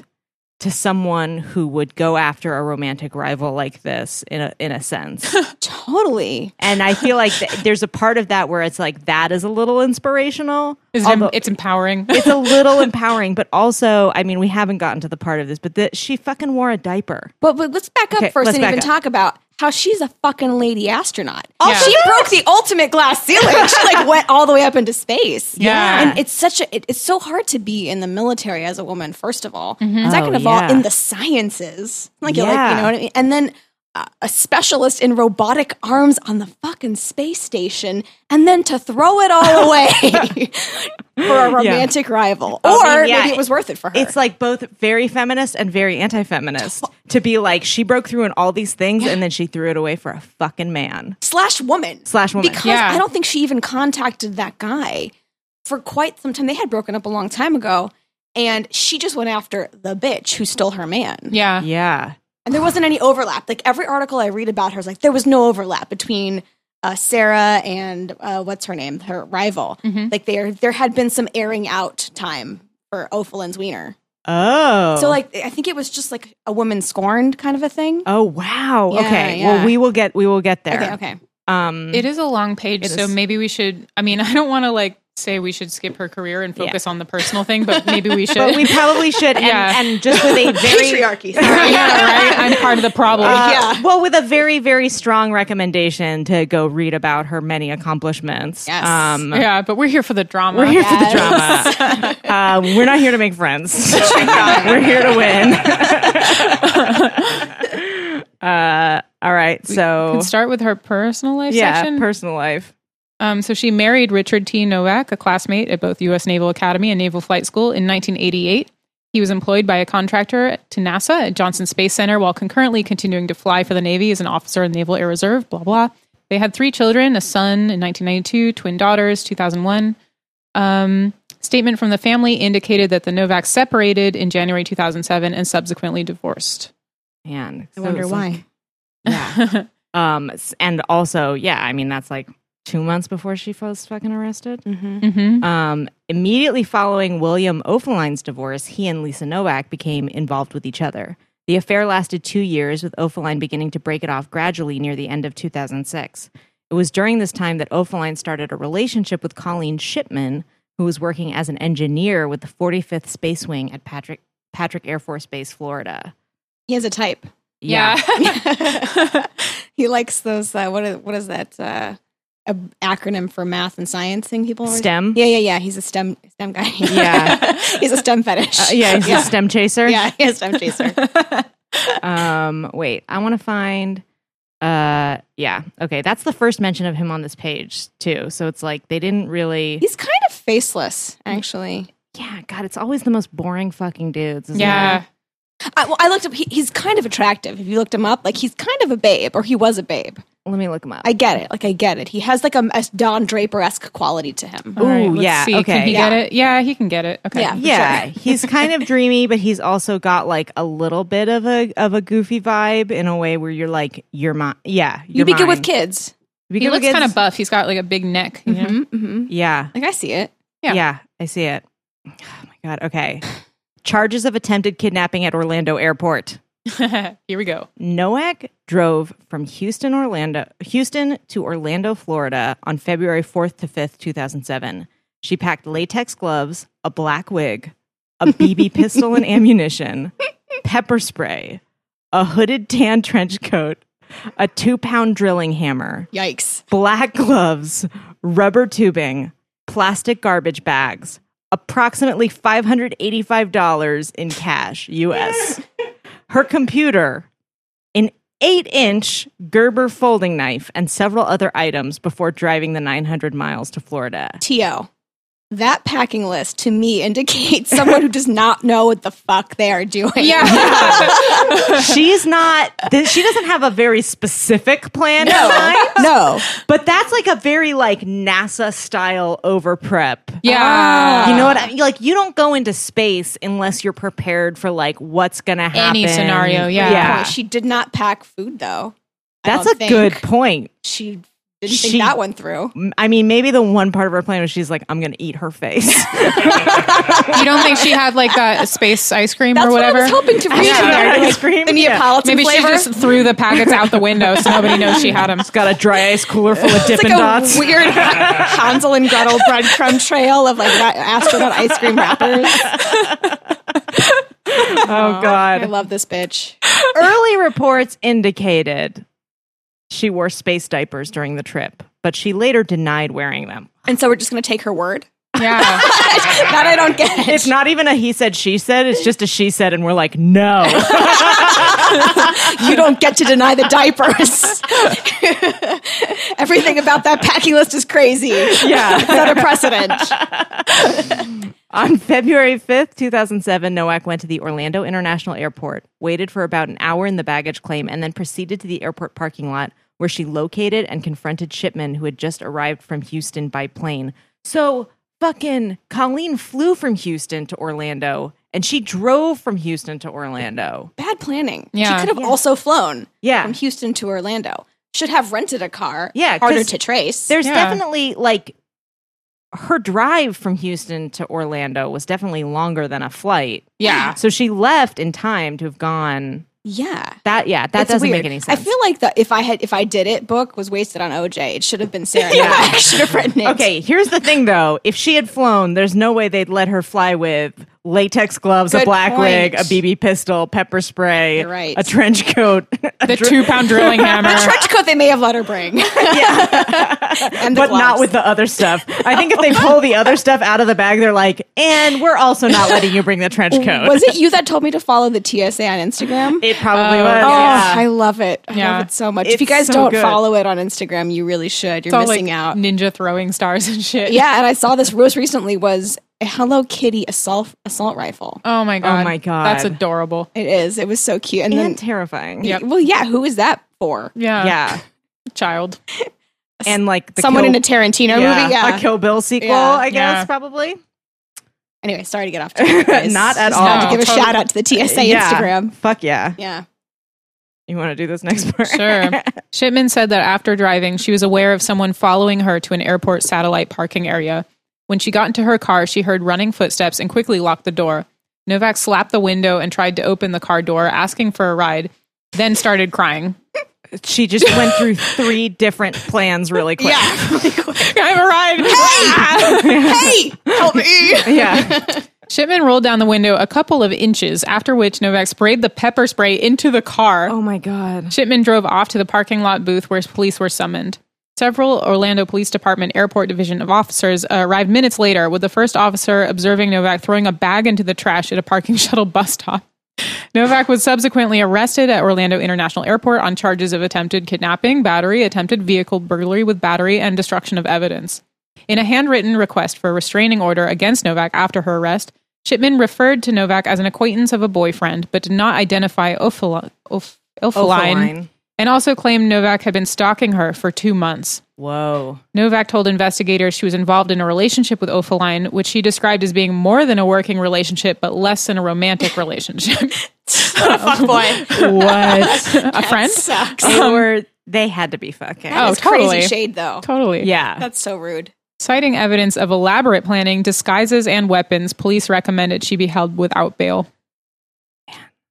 Speaker 2: to someone who would go after a romantic rival like this in a, in a sense
Speaker 7: totally.
Speaker 2: and i feel like th- there's a part of that where it's like that is a little inspirational
Speaker 3: It's, em-
Speaker 2: although-
Speaker 3: it's empowering.
Speaker 2: it's a little empowering but also i mean we haven't gotten to the part of this but that she fucking wore a diaper
Speaker 7: But, but let's back up
Speaker 2: Okay,
Speaker 7: first
Speaker 2: let's
Speaker 7: and
Speaker 2: back
Speaker 7: even
Speaker 2: up. Oh,
Speaker 7: talk about how she's a fucking lady astronaut.
Speaker 3: Yeah.
Speaker 7: She broke the ultimate glass ceiling. She like went all the way up into space.
Speaker 3: Yeah.
Speaker 7: and it's such a it, it's so hard to be in the military as a woman. First of all,
Speaker 3: Mm-hmm.
Speaker 7: second
Speaker 2: Oh,
Speaker 7: of all,
Speaker 2: yeah.
Speaker 7: in the sciences, like you're like
Speaker 2: Yeah.
Speaker 7: you know what I mean. And then uh, a specialist in robotic arms on the fucking space station, and then to throw it all away for a romantic rival, or
Speaker 2: I mean, yeah,
Speaker 7: maybe it was worth it for her.
Speaker 2: It's like both very feminist and very anti feminist to be like, she broke through in all these things and then she threw it away for a fucking man.
Speaker 7: slash woman
Speaker 2: Slash woman.
Speaker 7: because
Speaker 3: Yeah.
Speaker 7: I don't think she even contacted that guy for quite some time. They had broken up a long time ago, and she just went after the bitch who stole her man.
Speaker 3: yeah.
Speaker 2: Yeah.
Speaker 7: And there wasn't any overlap. Like every article I read about her is like there was no overlap between uh, Sarah and uh, what's her name, her rival.
Speaker 2: Mm-hmm.
Speaker 7: Like there, there had been some airing out time for Ophelin's wiener.
Speaker 2: Oh.
Speaker 7: So like I think it was just like a woman scorned kind of a thing.
Speaker 2: Oh wow.
Speaker 7: Yeah,
Speaker 2: okay.
Speaker 7: yeah.
Speaker 2: Well, we will get we will get there.
Speaker 7: Okay, okay.
Speaker 2: Um
Speaker 3: It is a long page,
Speaker 2: It
Speaker 3: so
Speaker 2: is.
Speaker 3: maybe we should. I mean, I don't want to like say we should skip her career and focus on the personal thing, but maybe we should.
Speaker 2: but we probably should and,
Speaker 3: Yeah.
Speaker 2: and just with a very
Speaker 7: Patriarchy. Sorry.
Speaker 3: yeah, right? I'm part of the problem.
Speaker 2: uh,
Speaker 7: Yeah.
Speaker 2: well with a very very strong recommendation to go read about her many accomplishments.
Speaker 7: Yes.
Speaker 2: Um
Speaker 3: yeah, but we're here for the drama.
Speaker 2: we're here for the drama. uh, we're not here to make friends. we're here to win. uh, all right. So
Speaker 3: Let's start with her personal life
Speaker 2: yeah,
Speaker 3: section.
Speaker 2: personal life.
Speaker 3: Um, so she married Richard T. Novak, a classmate at both U.S. Naval Academy and Naval Flight School in 1988. He was employed by a contractor to NASA at Johnson Space Center while concurrently continuing to fly for the Navy as an officer in the Naval Air Reserve, blah, blah. They had three children a son in 1992, twin daughters, 2001. Um, statement from the family indicated that the Novaks separated in January 2007 and subsequently divorced.
Speaker 2: Man,
Speaker 7: I
Speaker 2: so
Speaker 7: wonder
Speaker 2: it's
Speaker 7: why.
Speaker 2: like- Yeah. um, s- and also, yeah, I mean, that's like two months before she was fucking arrested.
Speaker 3: Mm-hmm.
Speaker 2: Um, immediately following William Opheline's divorce, he and Lisa Novak became involved with each other. The affair lasted two years, with Opheline beginning to break it off gradually near the end of 2006. It was during this time that Opheline started a relationship with Colleen Shipman, who was working as an engineer with the 45th Space Wing at Patrick, Patrick Air Force Base, Florida.
Speaker 7: He has a type. he likes those. Uh, what is, what is that uh, ab- acronym for math and science thing? People always-
Speaker 2: STEM?
Speaker 7: Yeah, yeah, yeah. He's a STEM STEM guy.
Speaker 2: Yeah.
Speaker 7: he's a STEM fetish.
Speaker 2: Uh, yeah, he's a STEM chaser.
Speaker 7: yeah, he's a STEM chaser.
Speaker 2: um wait i want to find uh yeah okay that's the first mention of him on this page too so it's like they didn't really
Speaker 7: He's kind of faceless, actually.
Speaker 2: Yeah, God, it's always the most boring fucking dudes. isn't
Speaker 3: Yeah.
Speaker 7: I, well, I looked up. He, he's kind of attractive. If you looked him up, like he's kind of a babe, or he was a babe.
Speaker 2: it? Let me look him up.
Speaker 7: I get it. Like I get it. He has like a, a Don Draper esque quality to him.
Speaker 2: Ooh,
Speaker 3: let's
Speaker 2: yeah,
Speaker 3: see.
Speaker 2: okay.
Speaker 3: Can he
Speaker 7: Yeah.
Speaker 3: get it? Yeah, he can get it. Okay.
Speaker 7: Yeah.
Speaker 2: yeah, he's kind of dreamy, but he's also got like a little bit of a of a goofy vibe in a way where you're like, you're my yeah,
Speaker 7: You'd
Speaker 2: you're
Speaker 7: be good with
Speaker 2: mine.
Speaker 7: kids.
Speaker 2: You'd be
Speaker 3: He
Speaker 2: good with
Speaker 3: looks kind
Speaker 2: kids.
Speaker 3: of buff. He's got like a big neck. you know?
Speaker 7: Mm-hmm.
Speaker 2: yeah,
Speaker 7: Like I see it.
Speaker 3: Yeah.
Speaker 2: yeah, I see it. Oh my god. Okay, charges of attempted kidnapping at Orlando Airport.
Speaker 3: Here we go.
Speaker 2: Noack drove from Houston, Orlando, Houston to Orlando, Florida on February 4th to 5th, 2007. She packed latex gloves, a black wig, a BB pistol and ammunition, pepper spray, a hooded tan trench coat, a two pound drilling hammer,
Speaker 7: Yikes.
Speaker 2: black gloves, rubber tubing, plastic garbage bags, approximately $585 in cash, US. Her computer, an eight inch Gerber folding knife, and several other items before driving the 900 miles to Florida.
Speaker 7: To that packing list to me indicates someone who does not know what the fuck they are doing.
Speaker 2: She's not, th- she doesn't have a very specific plan. in mind,
Speaker 7: No. no.
Speaker 2: But that's like a very like NASA style over prep. Ah.
Speaker 3: Yeah.
Speaker 2: You know what? I mean? Like, you don't go into space unless you're prepared for like what's gonna happen.
Speaker 3: Any scenario, yeah.
Speaker 7: Boy, she did not pack food though. I
Speaker 2: that's
Speaker 7: don't
Speaker 2: a
Speaker 7: think.
Speaker 2: good point.
Speaker 7: She didn't think
Speaker 2: She-
Speaker 7: that one through.
Speaker 2: M- I mean, maybe the one part of her plan was she's like, "I'm gonna eat her face."
Speaker 3: you don't think she had like that space ice cream
Speaker 7: That's
Speaker 3: or
Speaker 7: what I
Speaker 3: whatever?
Speaker 7: was hoping to read in there.
Speaker 2: Ice cream,
Speaker 7: The
Speaker 2: yeah.
Speaker 7: Neapolitan
Speaker 3: Maybe
Speaker 7: flavor.
Speaker 3: she just threw the packets out the window so nobody knows she had them.
Speaker 2: Got a dry ice cooler full of
Speaker 7: it's
Speaker 2: Dippin'
Speaker 7: like a
Speaker 2: Dots.
Speaker 7: weird Hansel and Gretel breadcrumb trail of like ra- astronaut ice cream wrappers.
Speaker 2: oh
Speaker 7: I
Speaker 2: god!
Speaker 7: love this bitch.
Speaker 2: Early reports indicated she wore space diapers during the trip, but she later denied wearing them.
Speaker 7: And so we're just gonna take her word.
Speaker 3: Yeah.
Speaker 7: that I don't get.
Speaker 2: It's not even a he said she said. It's just a she said, and we're like, no.
Speaker 7: you don't get to deny the diapers. Everything about that packing list is crazy.
Speaker 2: Yeah.
Speaker 7: Set a precedent.
Speaker 2: On February 5th, 2007, Nowak went to the Orlando International Airport, waited for about an hour in the baggage claim, and then proceeded to the airport parking lot where she located and confronted Shipman, who had just arrived from Houston by plane. So, fucking Colleen flew from Houston to Orlando and she drove from Houston to Orlando.
Speaker 7: Bad planning.
Speaker 3: Yeah.
Speaker 7: She could have also flown
Speaker 2: Yeah.
Speaker 7: from Houston to Orlando. Should have rented a car.
Speaker 2: Yeah,
Speaker 7: Harder
Speaker 2: 'cause
Speaker 7: to trace.
Speaker 2: There's
Speaker 3: Yeah.
Speaker 2: definitely like her drive from Houston to Orlando was definitely longer than a flight.
Speaker 3: Yeah.
Speaker 2: So she left in time to have gone
Speaker 7: Yeah.
Speaker 2: That yeah, that
Speaker 7: It's
Speaker 2: doesn't
Speaker 7: weird.
Speaker 2: make any sense.
Speaker 7: I feel like the if I had if I did it book was wasted on OJ. It should have been Sarah. yeah. I should have written it.
Speaker 2: okay, here's the thing though. If she had flown, there's no way they'd let her fly with latex gloves, a
Speaker 7: Good
Speaker 2: black
Speaker 7: point.
Speaker 2: wig, a BB pistol, pepper spray,
Speaker 7: You're right.
Speaker 2: a trench coat.
Speaker 3: The two pound drilling hammer.
Speaker 7: Trench coat they may have let her bring. and the
Speaker 2: But not
Speaker 7: gloves.
Speaker 2: with the other stuff. I think if they pull the other stuff out of the bag, they're like, and we're also not letting you bring the trench coat.
Speaker 7: Was it you that told me to follow the TSA on Instagram?
Speaker 2: It probably was.
Speaker 7: Oh,
Speaker 2: yeah.
Speaker 7: I love it. I
Speaker 3: Yeah.
Speaker 7: love it so much. if
Speaker 2: It's
Speaker 7: you guys
Speaker 2: so
Speaker 7: don't
Speaker 2: good.
Speaker 7: follow it on Instagram, you really should.
Speaker 3: It's
Speaker 7: You're
Speaker 3: all,
Speaker 7: missing
Speaker 3: like,
Speaker 7: out.
Speaker 3: Ninja throwing stars and shit.
Speaker 7: yeah, and I saw this most recently was a Hello Kitty assault assault rifle.
Speaker 3: Oh my god.
Speaker 2: my God.
Speaker 3: That's adorable.
Speaker 7: It is. It was so cute. And,
Speaker 2: and
Speaker 7: then
Speaker 2: terrifying.
Speaker 3: Yeah.
Speaker 7: well, yeah, who is that for?
Speaker 3: Yeah.
Speaker 2: Yeah.
Speaker 3: Child.
Speaker 2: And like the
Speaker 7: Someone
Speaker 2: Kill-
Speaker 7: in a Tarantino movie? Yeah.
Speaker 2: A Kill Bill sequel,
Speaker 7: Yeah.
Speaker 2: I guess,
Speaker 3: Yeah.
Speaker 2: probably.
Speaker 7: Anyway, sorry to get off track. guys.
Speaker 2: Not at Uh,
Speaker 7: Just had
Speaker 3: all.
Speaker 7: to give a
Speaker 3: Totally.
Speaker 7: shout out to the TSA
Speaker 2: Yeah.
Speaker 7: Instagram.
Speaker 2: Fuck yeah.
Speaker 7: Yeah.
Speaker 2: You want to do this next part?
Speaker 3: Sure. Shipman said that after driving, she was aware of someone following her to an airport satellite parking area. When she got into her car, she heard running footsteps and quickly locked the door. Novak slapped the window and tried to open the car door, asking for a ride, then started crying.
Speaker 2: she just went through three different plans really quick.
Speaker 3: I've arrived.
Speaker 7: Hey, help me.
Speaker 2: Yeah.
Speaker 3: Shipman rolled down the window a couple of inches, after which Novak sprayed the pepper spray into the car.
Speaker 7: Oh
Speaker 2: my God.
Speaker 3: Shipman drove off to the parking lot booth where police were summoned. Several Orlando Police Department Airport Division of officers uh, arrived minutes later, with the first officer observing Novak throwing a bag into the trash at a parking shuttle bus stop. Novak was subsequently arrested at Orlando International Airport on charges of attempted kidnapping, battery, attempted vehicle burglary with battery, and destruction of evidence. In a handwritten request for a restraining order against Novak after her arrest, Shipman referred to Novak as an acquaintance of a boyfriend, but did not identify Opheline, Oph-
Speaker 2: Oh,
Speaker 3: Opheline
Speaker 2: Opheline.
Speaker 3: and also claimed Novak had been stalking her for two months.
Speaker 2: Whoa.
Speaker 3: Novak told investigators she was involved in a relationship with Opheline, which he described as being more than a working relationship, but less than a romantic relationship.
Speaker 7: Fuck boy.
Speaker 2: What?
Speaker 3: a friend?
Speaker 7: Sucks.
Speaker 2: they were. They had to be fucking.
Speaker 3: Oh,
Speaker 7: That's
Speaker 3: totally.
Speaker 7: crazy shade though.
Speaker 3: Totally.
Speaker 2: yeah.
Speaker 7: That's so rude.
Speaker 3: Citing evidence of elaborate planning, disguises, and weapons, police recommended she be held without bail.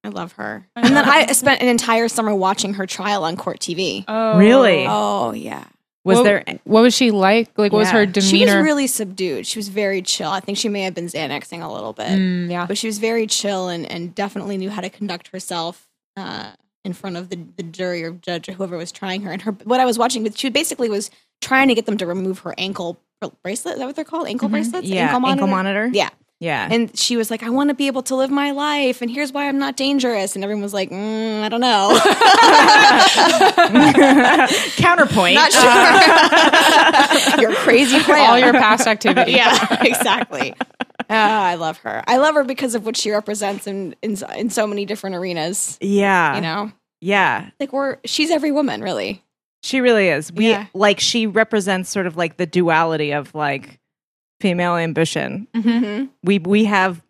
Speaker 7: I love her. And then I spent an entire summer watching her trial on court TV.
Speaker 3: Oh.
Speaker 2: Really?
Speaker 7: Oh yeah.
Speaker 2: was
Speaker 3: what,
Speaker 2: there?
Speaker 3: What was she like? Like, what was
Speaker 2: Yeah.
Speaker 3: her
Speaker 7: She was
Speaker 3: demeanor?
Speaker 7: really subdued. She was very chill. I think she may have been Xanaxing a little bit,
Speaker 3: Mm, yeah.
Speaker 7: but she was very chill and, and definitely knew how to conduct herself uh, in front of the, the jury or judge or whoever was trying her. And her what I was watching, but she basically was trying to get them to remove her ankle br- bracelet. Is that what they're called? Ankle bracelets?
Speaker 2: Yeah. Ankle monitor.
Speaker 7: Yeah.
Speaker 2: Yeah.
Speaker 7: And she was like, I want to be able to live my life, and here's why I'm not dangerous. And everyone was like, mm, I don't know.
Speaker 2: Counterpoint.
Speaker 7: not sure. your crazy plan.
Speaker 3: All your past activity.
Speaker 7: Oh, yeah, exactly. Ah, I love her. I love her because of what she represents in in, so- in so many different arenas.
Speaker 2: yeah.
Speaker 7: You know,
Speaker 2: Yeah.
Speaker 7: like we're she's every woman, really.
Speaker 2: She really is. We
Speaker 7: Yeah.
Speaker 2: like she represents sort of like the duality of like female ambition.
Speaker 7: Mm-hmm.
Speaker 2: We we have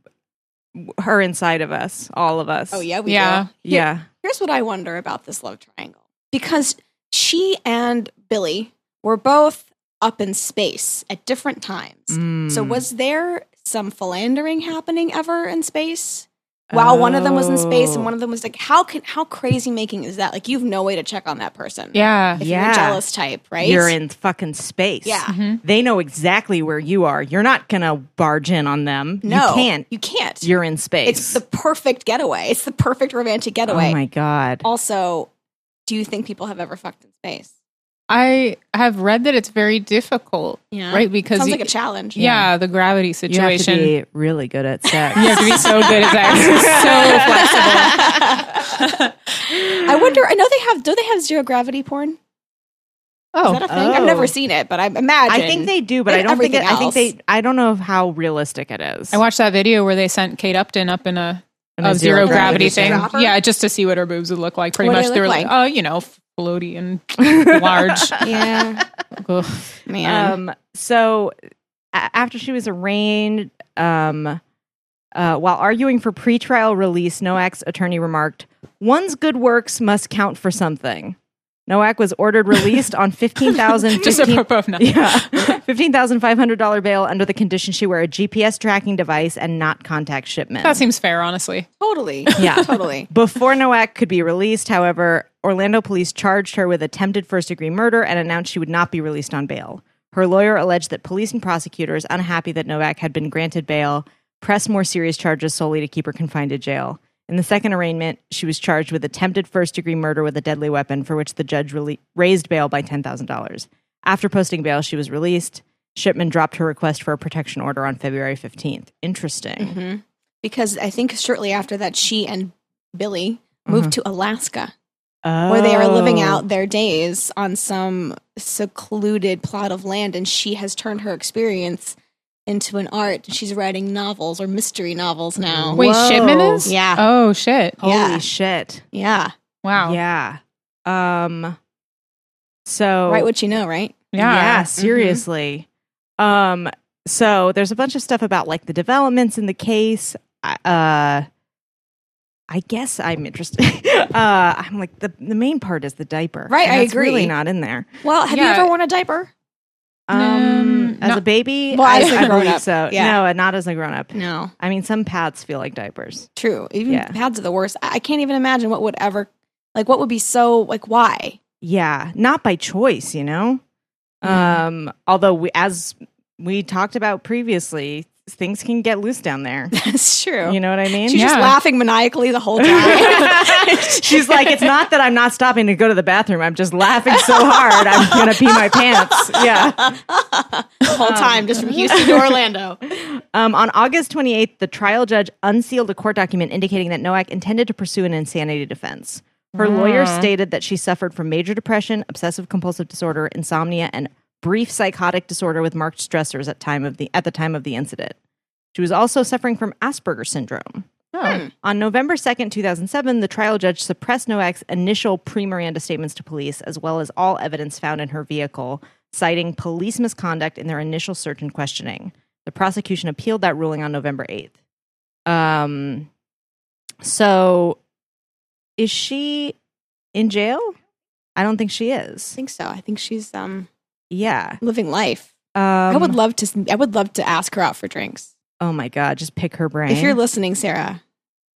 Speaker 2: her inside of us, all of us.
Speaker 7: Oh yeah, we
Speaker 3: Yeah.
Speaker 7: do. Here-
Speaker 2: Yeah.
Speaker 7: Here's what I wonder about this love triangle because she and Billy were both up in space at different times. So
Speaker 2: Mm.
Speaker 7: was there some philandering happening ever in space? While one of them was in space and
Speaker 2: Oh.
Speaker 7: one of them was like, how can how crazy making is that? Like you've no way to check on that person.
Speaker 3: Yeah.
Speaker 7: if you're
Speaker 2: Oh, Yeah.
Speaker 7: a jealous type, right?
Speaker 2: You're in fucking space.
Speaker 7: Yeah.
Speaker 3: Mm-hmm.
Speaker 2: They know exactly where you are. You're not gonna barge in on them.
Speaker 7: No,
Speaker 2: You can't.
Speaker 7: You can't.
Speaker 2: You're in space.
Speaker 7: it's the perfect getaway. It's the perfect romantic getaway.
Speaker 2: Oh my god.
Speaker 7: also, do you think people have ever fucked in space?
Speaker 3: I have read that it's very difficult,
Speaker 7: Yeah.
Speaker 3: right? Because
Speaker 7: Sounds
Speaker 3: you-
Speaker 7: like a challenge.
Speaker 3: yeah, the gravity
Speaker 2: You have to
Speaker 3: situation.
Speaker 2: be really good at sex.
Speaker 3: You have to be so good at that. so flexible.
Speaker 7: I wonder. I know they have. Do they have zero gravity porn?
Speaker 3: Oh,
Speaker 7: Is that a thing? I've never seen it, but I imagine.
Speaker 2: I think they do, but
Speaker 7: And
Speaker 2: I don't think it,
Speaker 7: everything
Speaker 2: I think
Speaker 7: else.
Speaker 2: they I don't know how realistic it is.
Speaker 3: I watched that video where they sent Kate Upton up in a,
Speaker 2: In
Speaker 3: a
Speaker 2: a
Speaker 3: zero,
Speaker 2: zero
Speaker 3: gravity
Speaker 7: gravity
Speaker 3: thing.
Speaker 7: dropper?
Speaker 3: Yeah, just to see what her boobs would look like. Pretty
Speaker 7: What do
Speaker 3: much,
Speaker 7: they
Speaker 3: they were
Speaker 7: look
Speaker 3: like,
Speaker 7: like?
Speaker 3: oh, you know, floaty and large.
Speaker 7: Yeah,
Speaker 3: Ugh.
Speaker 7: man.
Speaker 2: Um, so a- after she was arraigned, um, uh, while arguing for pretrial release, Noack's attorney remarked, "One's good works must count for something." Noack was ordered released on fifteen thousand
Speaker 3: Just apropos of nothing.
Speaker 2: yeah, fifteen thousand five hundred dollar bail under the condition she wear a GPS tracking device and not contact shipment.
Speaker 3: That seems fair, honestly.
Speaker 7: totally.
Speaker 2: Yeah.
Speaker 7: totally.
Speaker 2: Before Nowak could be released, however, Orlando police charged her with attempted first degree murder and announced she would not be released on bail. Her lawyer alleged that police and prosecutors, unhappy that Novak had been granted bail, pressed more serious charges solely to keep her confined to jail. In the second arraignment, she was charged with attempted first degree murder with a deadly weapon, for which the judge rele- raised bail by $10,000. After posting bail, she was released. Shipman dropped her request for a protection order on February 15th. Interesting.
Speaker 7: Because I think shortly after that, she and Billy
Speaker 2: Mm-hmm.
Speaker 7: moved to Alaska,
Speaker 2: Oh.
Speaker 7: where they are living out their days on some secluded plot of land, and she has turned her experience into an art. She's writing novels or mystery novels now.
Speaker 3: Wait,
Speaker 2: Whoa.
Speaker 3: Shipman is?
Speaker 7: Yeah.
Speaker 3: Oh, shit.
Speaker 2: Holy
Speaker 7: Yeah.
Speaker 2: shit.
Speaker 7: Yeah,
Speaker 3: Wow.
Speaker 2: Yeah. Um so
Speaker 7: right. What you Mm-hmm. know, right?
Speaker 2: yeah,
Speaker 3: Yeah.
Speaker 2: seriously. Um so there's a bunch of stuff about like the developments in the case. I- Uh I guess I'm interested. uh I'm like the the main part is the diaper.
Speaker 7: Right,
Speaker 2: and
Speaker 7: I
Speaker 2: it's really
Speaker 7: agree.
Speaker 2: not in there.
Speaker 7: Well, have
Speaker 3: Yeah.
Speaker 7: you ever worn a diaper?
Speaker 2: Um
Speaker 3: Mm,
Speaker 2: as
Speaker 3: not-
Speaker 2: a baby,
Speaker 7: Well,
Speaker 2: I,
Speaker 7: as a
Speaker 2: I
Speaker 7: grown
Speaker 2: believe
Speaker 7: up,
Speaker 2: so.
Speaker 7: yeah.
Speaker 2: No, not as a grown up.
Speaker 7: No.
Speaker 2: I mean some pads feel like diapers.
Speaker 7: True. Even
Speaker 2: Yeah.
Speaker 7: pads are the worst. I I can't even imagine what would ever, like, what would be so, like, why?
Speaker 2: yeah not by choice you know
Speaker 7: Mm-hmm.
Speaker 2: um although we as we talked about previously things can get loose down there
Speaker 7: That's true.
Speaker 2: you know what i mean
Speaker 7: She's just
Speaker 3: Yeah.
Speaker 7: laughing maniacally the whole time.
Speaker 2: she's like it's not that i'm not stopping to go to the bathroom i'm just laughing so hard i'm gonna pee my pants yeah
Speaker 7: the whole time, just from Houston to Orlando.
Speaker 2: um, on august 28th the trial judge unsealed a court document indicating that noack intended to pursue an insanity defense her lawyer stated that she suffered from major depression obsessive compulsive disorder insomnia and brief psychotic disorder with marked stressors at time of the at the time of the incident. She was also suffering from Asperger's syndrome.
Speaker 3: Oh.
Speaker 2: On November 2nd, 2007, the trial judge suppressed Noack's initial pre Miranda statements to police, as well as all evidence found in her vehicle, citing police misconduct in their initial search and questioning. The prosecution appealed that ruling on November 8th. Um, so, is she in jail? I don't think she
Speaker 7: I
Speaker 2: is.
Speaker 7: think so. I think she's um
Speaker 2: Yeah.
Speaker 7: living life.
Speaker 2: Um,
Speaker 7: I would love to. I would love to ask her out for drinks.
Speaker 2: oh my God, just pick her brain.
Speaker 7: If you're listening, Sarah,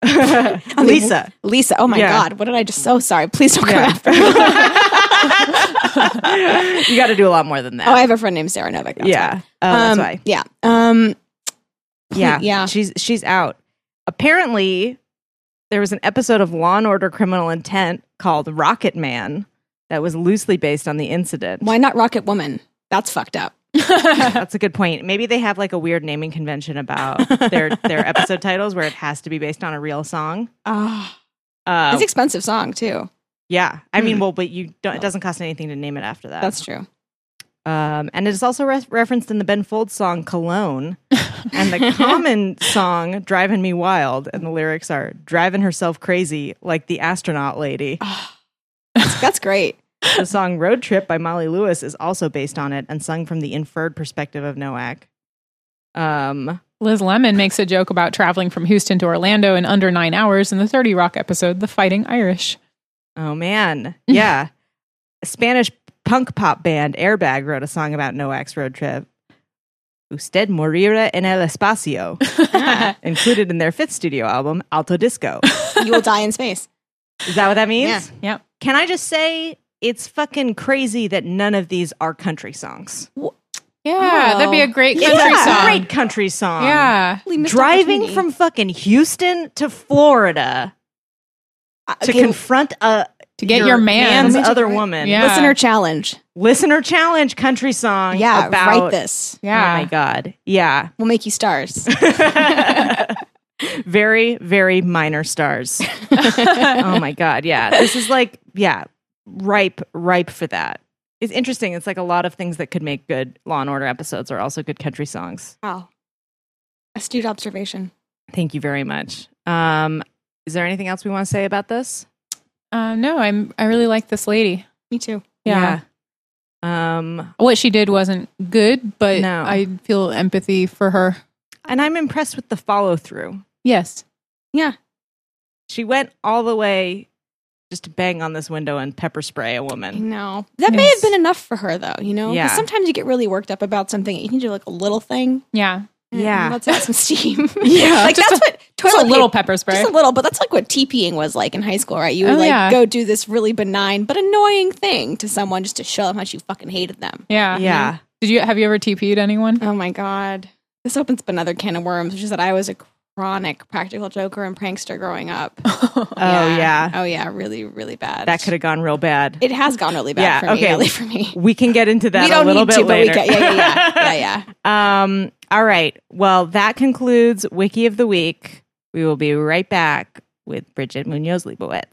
Speaker 7: I mean,
Speaker 2: Lisa.
Speaker 7: Lisa. Oh my
Speaker 2: Yeah.
Speaker 7: God, what did I just? So sorry. Please don't come
Speaker 2: Yeah.
Speaker 7: after me.
Speaker 2: you got to do a lot more than that.
Speaker 7: oh, I have a friend named Sarah Novak. That's
Speaker 2: yeah.
Speaker 7: why.
Speaker 2: Oh, that's
Speaker 7: um,
Speaker 2: why.
Speaker 7: Yeah. Um.
Speaker 2: Yeah.
Speaker 7: yeah.
Speaker 2: She's she's out. Apparently, there was an episode of Law and Order Criminal Intent called Rocket Man that was loosely based on the incident.
Speaker 7: Why not Rocket Woman? That's fucked up.
Speaker 2: That's a good point. Maybe they have like a weird naming convention about their their episode titles where it has to be based on a real song.
Speaker 7: Ah,
Speaker 2: Uh,
Speaker 7: it's expensive song too.
Speaker 2: yeah. I mean, well, but you don't it doesn't cost anything to name it after that.
Speaker 7: Hmm. Oh. That's true.
Speaker 2: Um, and it's also re- referenced in the Ben Folds song Cologne and the common song Driving Me Wild. And the lyrics are driving herself crazy like the astronaut lady.
Speaker 7: That's great.
Speaker 2: the song Road Trip by Molly Lewis is also based on it and sung from the inferred perspective of Noack. Um,
Speaker 3: Liz Lemon makes a joke about traveling from Houston to Orlando in under nine hours in the 30 Rock episode, The Fighting Irish.
Speaker 2: oh man. Yeah. A Spanish punk pop band Airbag wrote a song about Noack's road trip. Usted morirá en el espacio. included in their fifth studio album, Alto Disco.
Speaker 7: You will die in space.
Speaker 2: Is that what that means?
Speaker 7: Yeah.
Speaker 3: Yep.
Speaker 2: Can I just say it's fucking crazy that none of these are country songs.
Speaker 3: Yeah, that'd
Speaker 7: Oh.
Speaker 3: be a great country
Speaker 2: It's a
Speaker 3: song.
Speaker 2: great country song.
Speaker 3: Yeah.
Speaker 7: We missed
Speaker 2: Driving
Speaker 7: opportunity.
Speaker 2: from fucking Houston to Florida
Speaker 7: Uh,
Speaker 2: to
Speaker 7: okay,
Speaker 2: confront a
Speaker 3: To get your man.
Speaker 2: man's
Speaker 7: Let me take
Speaker 2: other
Speaker 7: a break.
Speaker 2: woman.
Speaker 3: Yeah.
Speaker 7: listener challenge.
Speaker 2: Listener challenge country song.
Speaker 7: Yeah,
Speaker 2: about,
Speaker 7: write this.
Speaker 3: Yeah.
Speaker 2: Oh my god. Yeah.
Speaker 7: We'll make you stars.
Speaker 2: very very minor stars oh my god yeah this is like yeah ripe ripe for that it's interesting it's like a lot of things that could make good law and order episodes are also good country songs
Speaker 7: wow, astute observation.
Speaker 2: thank you very much um is there anything else we want to say about this
Speaker 7: Oh.
Speaker 3: Uh, no, I'm, I really like this lady.
Speaker 7: Me too.
Speaker 3: Yeah.
Speaker 2: Yeah. um
Speaker 3: What she did wasn't good, but
Speaker 2: No.
Speaker 3: I feel empathy for her.
Speaker 2: and i'm impressed with the follow through
Speaker 3: Yes.
Speaker 2: she went all the way just to bang on this window and pepper spray a woman
Speaker 7: No, that may
Speaker 3: Yes.
Speaker 7: have been enough for her though. You know, 'Cause
Speaker 2: Yeah.
Speaker 7: sometimes you get really worked up about something. You can do like a little thing.
Speaker 3: Yeah.
Speaker 7: and
Speaker 2: Yeah.
Speaker 7: let's add some steam.
Speaker 3: Yeah,
Speaker 7: like
Speaker 3: just
Speaker 7: that's
Speaker 3: a-
Speaker 7: what toilet
Speaker 3: Just a little
Speaker 7: paper-
Speaker 3: pepper spray.
Speaker 7: Just a little, but that's like what TPing was like in high school, right? You would
Speaker 3: Oh,
Speaker 7: like
Speaker 3: yeah.
Speaker 7: go do this really benign but annoying thing to someone just to show them how much you fucking hated them.
Speaker 3: yeah.
Speaker 2: yeah
Speaker 3: Did you have you ever TP'd anyone?
Speaker 7: Oh my god, this opens up another can of worms, which is that I was a chronic practical joker and prankster growing up.
Speaker 2: oh yeah
Speaker 7: oh yeah, really, really bad.
Speaker 2: that could have gone real bad
Speaker 7: It has gone really bad
Speaker 2: Yeah,
Speaker 7: for me.
Speaker 2: okay.
Speaker 7: really for me.
Speaker 2: we can get into that
Speaker 7: we don't
Speaker 2: a little
Speaker 7: need
Speaker 2: bit
Speaker 7: to,
Speaker 2: later.
Speaker 7: but we can. Yeah, yeah, yeah, yeah, yeah.
Speaker 2: um, all right. Well, that concludes Wiki of the Week. We will be right back with Bridget Munoz Leibowitz.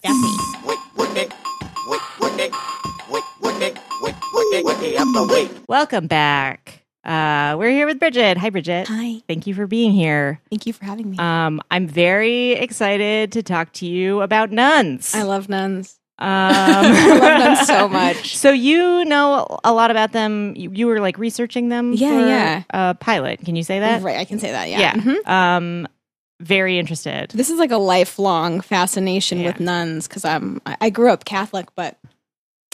Speaker 2: Welcome back. Uh, we're here with Bridget. Hi, Bridget.
Speaker 7: Hi,
Speaker 2: Thank you for being here.
Speaker 7: thank you for having me.
Speaker 2: Um, I'm very excited to talk to you about nuns.
Speaker 7: I love nuns.
Speaker 2: Um,
Speaker 7: I love them so much.
Speaker 2: So you know a lot about them. You, you were like researching them.
Speaker 7: Yeah,
Speaker 2: for
Speaker 7: yeah.
Speaker 2: A pilot. Can you say that?
Speaker 7: right, I can say that. Yeah.
Speaker 2: Yeah.
Speaker 7: Mhm.
Speaker 2: Um, very interested.
Speaker 7: This is like a lifelong fascination
Speaker 2: Yeah.
Speaker 7: with nuns because I'm I I grew up Catholic, but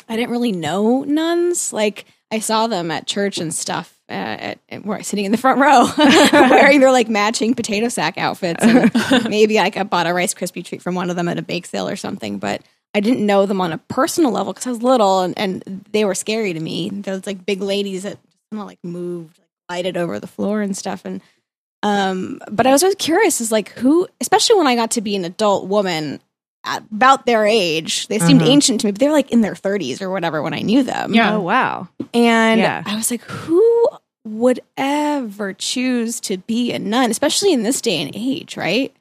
Speaker 7: I didn't really know nuns. Like I saw them at church and stuff, uh, at, at, where- sitting in the front row, wearing their like matching potato sack outfits. And maybe like, I bought a Rice Krispie treat from one of them at a bake sale or something, but. I didn't know them on a personal level because I was little and, and they were scary to me. Those like big ladies that kind of like moved, like, glided over the floor and stuff. And um, but I was always curious is like who, especially when I got to be an adult woman at about their age, they
Speaker 2: Mm-hmm.
Speaker 7: seemed ancient to me, but they were like in their 30s or whatever when I knew them.
Speaker 3: Yeah.
Speaker 2: Oh wow.
Speaker 7: And
Speaker 2: Yeah.
Speaker 7: I was like, who would ever choose to be a nun, especially in this day and age, right?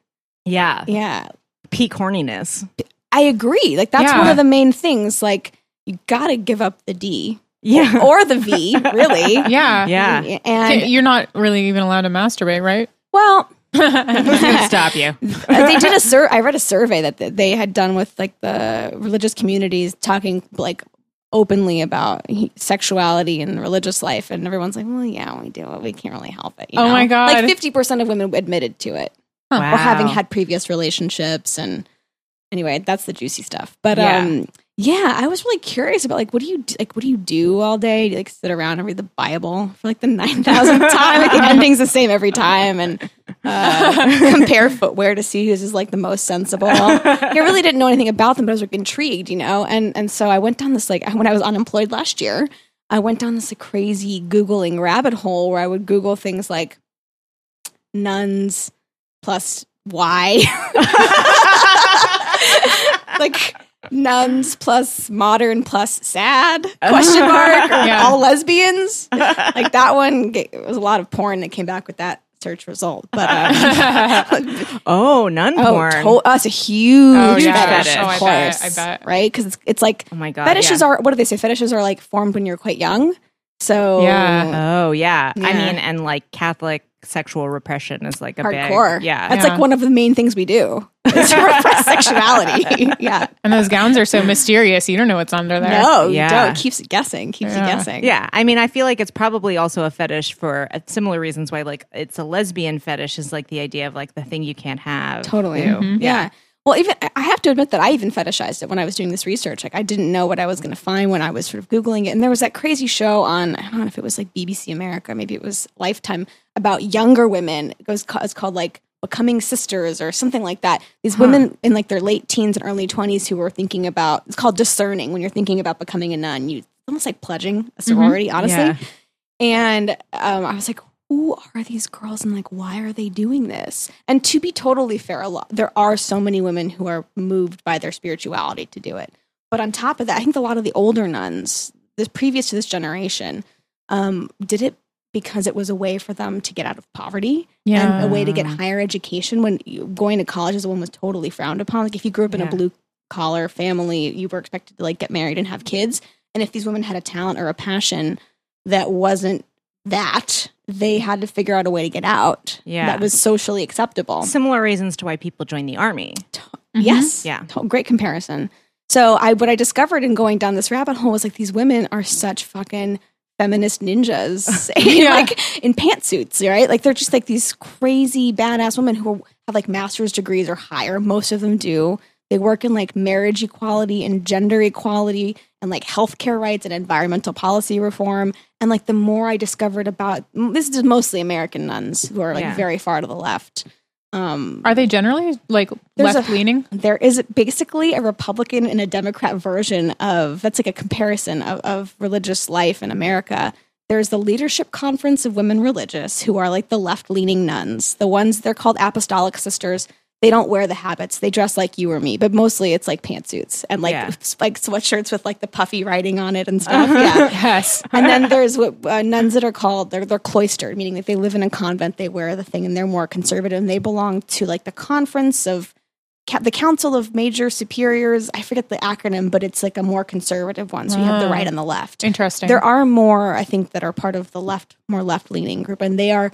Speaker 2: Yeah.
Speaker 7: Yeah.
Speaker 2: Peak horniness.
Speaker 7: I agree. Like that's
Speaker 3: Yeah.
Speaker 7: one of the main things. Like you got to give up the D
Speaker 2: Yeah.
Speaker 7: or the V, really.
Speaker 3: Yeah.
Speaker 2: yeah.
Speaker 7: And
Speaker 3: You're not really even allowed to masturbate, right?
Speaker 7: well,
Speaker 3: Stop you.
Speaker 7: Uh, they did a sur- I read a survey that th- they had done with like the religious communities talking like openly about he- sexuality and religious life, and everyone's like, "Well, yeah, we do it. We can't really help it." you
Speaker 3: Oh my God.
Speaker 7: Like fifty percent of women admitted to it
Speaker 2: Wow.
Speaker 7: or having had previous relationships, and anyway, that's the juicy stuff. But
Speaker 3: Yeah.
Speaker 7: um, yeah, I was really curious about like what do you do, like what do you do all day? Do you, like sit around and read the Bible for like the nine thousandth time? Like the ending's the same every time, and uh, compare footwear to see who's is like the most sensible. I really didn't know anything about them, but I was like, intrigued, you know. And and so I went down this like when I was unemployed last year, I went down this like, crazy googling rabbit hole where I would Google things like nuns plus Y, like nuns plus modern plus sad question mark or
Speaker 3: Yeah.
Speaker 7: all lesbians like that one ga- it was a lot of porn that came back with that search result but uh,
Speaker 2: oh, nun
Speaker 7: Oh,
Speaker 2: porn.
Speaker 7: to- that's a huge
Speaker 3: Oh,
Speaker 2: yeah.
Speaker 7: fetish,
Speaker 2: Fetish. Oh,
Speaker 7: of
Speaker 3: I bet,
Speaker 7: course.
Speaker 3: I bet.
Speaker 7: Right? Because it's, it's like
Speaker 2: Oh my God,
Speaker 7: fetishes
Speaker 2: yeah.
Speaker 7: are what do they say? Fetishes are like formed when you're quite young. So
Speaker 3: Yeah.
Speaker 2: oh yeah. I
Speaker 7: Yeah.
Speaker 2: mean, and like Catholic sexual repression is like a big-
Speaker 7: hardcore.
Speaker 2: yeah.
Speaker 7: that's
Speaker 3: Yeah.
Speaker 7: like one of the main things we do. It's repress sexuality. yeah.
Speaker 3: And those gowns are so mysterious. You don't know what's under there.
Speaker 7: No,
Speaker 2: Yeah.
Speaker 7: you don't. It keeps you guessing. Keeps
Speaker 3: Yeah.
Speaker 7: you guessing.
Speaker 2: Yeah, I mean, I feel like it's probably also a fetish for uh, similar reasons why, like, it's a lesbian fetish is like the idea of like the thing you can't have.
Speaker 7: Totally. Mm-hmm. Yeah. Well, even I- I have to admit that I even fetishized it when I was doing this research. Like I didn't know what I was going to find when I was sort of googling it, and there was that crazy show on I don't know if it was like BBC America, maybe it was Lifetime about younger women. It was ca- it's called like Becoming Sisters or something like that. These women in like their late teens and early twenties who were thinking about it's called discerning when you're thinking about becoming a nun. You it's almost like pledging a sorority, honestly.
Speaker 2: Yeah.
Speaker 7: And um, I was like, who are these girls and like, why are they doing this? And to be totally fair, a lot, there are so many women who are moved by their spirituality to do it. But on top of that, I think a lot of the older nuns, the previous to this generation, um, did it because it was a way for them to get out of poverty and
Speaker 3: Yeah.
Speaker 7: a way to get higher education when you, going to college as a woman was totally frowned upon. Like if you grew up in
Speaker 2: Yeah.
Speaker 7: a blue collar family, you were expected to like get married and have kids. And if these women had a talent or a passion that wasn't that, they had to figure out a way to get out.
Speaker 2: Yeah.
Speaker 7: That was socially acceptable.
Speaker 2: Similar reasons to why people join the army.
Speaker 7: Yes.
Speaker 2: Mm-hmm. Yeah.
Speaker 7: To- Great comparison. So I what I discovered in going down this rabbit hole was like these women are such fucking feminist ninjas like in pantsuits, right? Like they're just like these crazy badass women who have like master's degrees or higher. Most of them do. They work in like marriage equality and gender equality and like healthcare rights and environmental policy reform. And like the more I discovered about this is mostly American nuns who are like
Speaker 2: Yeah.
Speaker 7: very far to the left. Um,
Speaker 3: Are they generally like
Speaker 7: There's a-
Speaker 3: left leaning?
Speaker 7: there is basically a Republican and a Democrat version of that's like a comparison of, of religious life in America. There's the Leadership Conference of Women Religious, who are like the left leaning nuns, the ones they're called apostolic sisters. They don't wear the habits. They dress like you or me, but mostly it's like pantsuits and like
Speaker 2: Yeah.
Speaker 7: s- like sweatshirts with like the puffy writing on it and stuff. Yeah.
Speaker 3: Yes.
Speaker 7: And then there's what uh, nuns that are called they're they're cloistered, meaning that they live in a convent, they wear the thing, and they're more conservative. And they belong to like the conference of ca- the Council of Major Superiors. I forget the acronym, but it's like a more conservative one. So you have the right and the left.
Speaker 3: Interesting.
Speaker 7: There are more, I think, that are part of the left, more left leaning group, and they are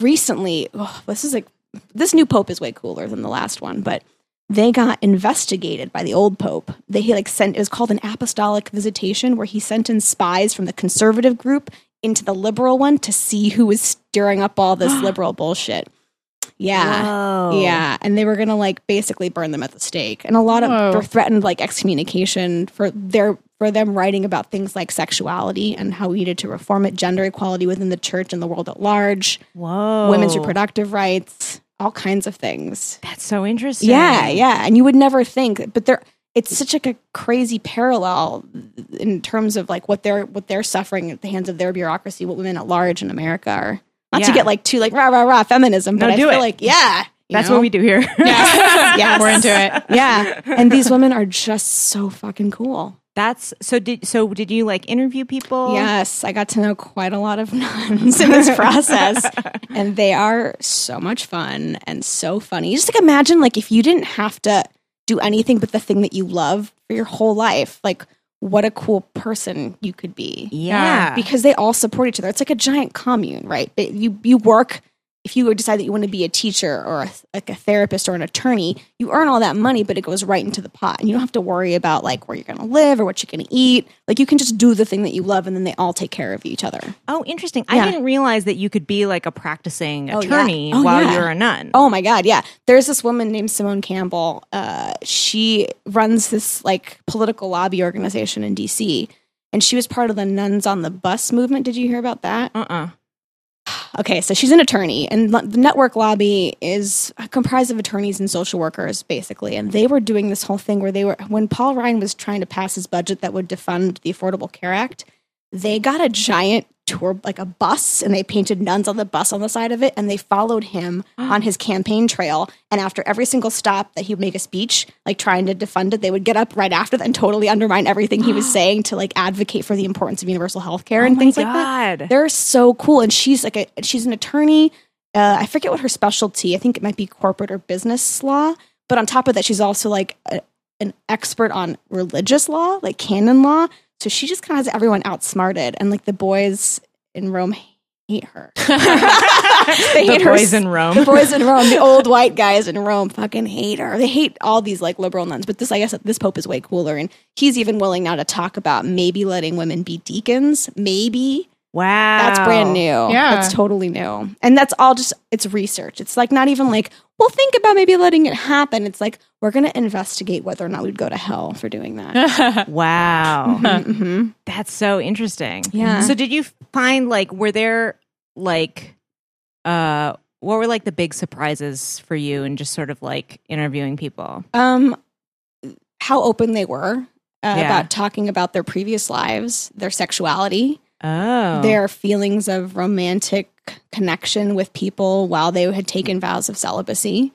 Speaker 7: recently. oh, this is like this new pope is way cooler than the last one, but they got investigated by the old pope. They he like sent it was called an apostolic visitation, where he sent in spies from the conservative group into the liberal one to see who was stirring up all this liberal bullshit. Yeah.
Speaker 2: Oh.
Speaker 7: Yeah, and they were gonna like basically burn them at the stake, and a lot of
Speaker 2: Oh.
Speaker 3: Whoa.
Speaker 7: were threatened like excommunication for their for them writing about things like sexuality and how we needed to reform it, gender equality within the church and the world at large,
Speaker 2: Whoa.
Speaker 7: women's reproductive rights, all kinds of things.
Speaker 2: That's so interesting.
Speaker 7: Yeah, yeah, and you would never think, but there, it's such like a crazy parallel in terms of like what they're what they're suffering at the hands of their bureaucracy, what women at large in America are. Not to
Speaker 2: Yeah.
Speaker 7: get like too like rah rah rah feminism, but
Speaker 2: No,
Speaker 7: I
Speaker 2: do
Speaker 7: feel
Speaker 2: it.
Speaker 7: like yeah, you
Speaker 2: That's
Speaker 7: know?
Speaker 2: what we do here.
Speaker 7: Yes.
Speaker 3: We're into it.
Speaker 7: yeah. And these women are just so fucking cool.
Speaker 2: That's so. Did so? Did you like interview people?
Speaker 7: Yes, I got to know quite a lot of nuns in this process, and they are so much fun and so funny. Just like imagine, like if you didn't have to do anything but the thing that you love for your whole life, like what a cool person you could be.
Speaker 2: Yeah.
Speaker 7: because they all support each other. It's like a giant commune, right? But you you work if you decide that you want to be a teacher or a, like a therapist or an attorney, you earn all that money, but it goes right into the pot, and you don't have to worry about like where you're going to live or what you're going to eat. Like you can just do the thing that you love, and then they all take care of each other.
Speaker 2: Oh, interesting. I
Speaker 7: Yeah.
Speaker 2: didn't realize that you could be like a practicing
Speaker 7: yeah.
Speaker 2: attorney
Speaker 7: Oh,
Speaker 2: while
Speaker 7: yeah.
Speaker 2: you're a nun.
Speaker 7: Oh my God, yeah. There's this woman named Simone Campbell. Uh, she runs this like political lobby organization in DC, and she was part of the Nuns on the Bus movement. Did you hear about that?
Speaker 2: Uh-uh.
Speaker 7: Okay, so she's an attorney, and lo- the network lobby is comprised of attorneys and social workers, basically. And they were doing this whole thing where they were, when Paul Ryan was trying to pass his budget that would defund the Affordable Care Act, they got a giant tour, like a bus, and they painted nuns on the bus on the side of it, and they followed him on his campaign trail. And after every single stop that he would make a speech, like trying to defund it, they would get up right after that and totally undermine everything he was saying to like advocate for the importance of universal health care and
Speaker 2: my
Speaker 7: things like that
Speaker 2: God.
Speaker 7: they're so cool and she's like a she's an attorney uh, i forget what her specialty i think it might be corporate or business law but on top of that she's also like a, an expert on religious law like canon law so she just kind of has everyone outsmarted and like the boys in rome hate her they
Speaker 2: The
Speaker 7: hate her
Speaker 2: boys
Speaker 7: s-
Speaker 2: in Rome.
Speaker 7: the boys in Rome, the old white guys in Rome fucking hate her. They hate all these like liberal nuns, but this, I guess, this pope is way cooler. And he's even willing now to talk about maybe letting women be deacons. Maybe.
Speaker 2: wow.
Speaker 7: That's brand new.
Speaker 3: Yeah.
Speaker 7: That's totally new. And that's all just, it's research. It's like not even like, well, think about maybe letting it happen. It's like, we're going to investigate whether or not we'd go to hell for doing that.
Speaker 2: Wow.
Speaker 7: hmm
Speaker 2: That's so interesting.
Speaker 7: Yeah.
Speaker 2: So did you find like were there like uh what were like the big surprises for you and just sort of like interviewing people?
Speaker 7: Um, how open they were uh,
Speaker 2: Yeah.
Speaker 7: about talking about their previous lives, their sexuality.
Speaker 2: Oh.
Speaker 7: their feelings of romantic connection with people while they had taken vows of celibacy.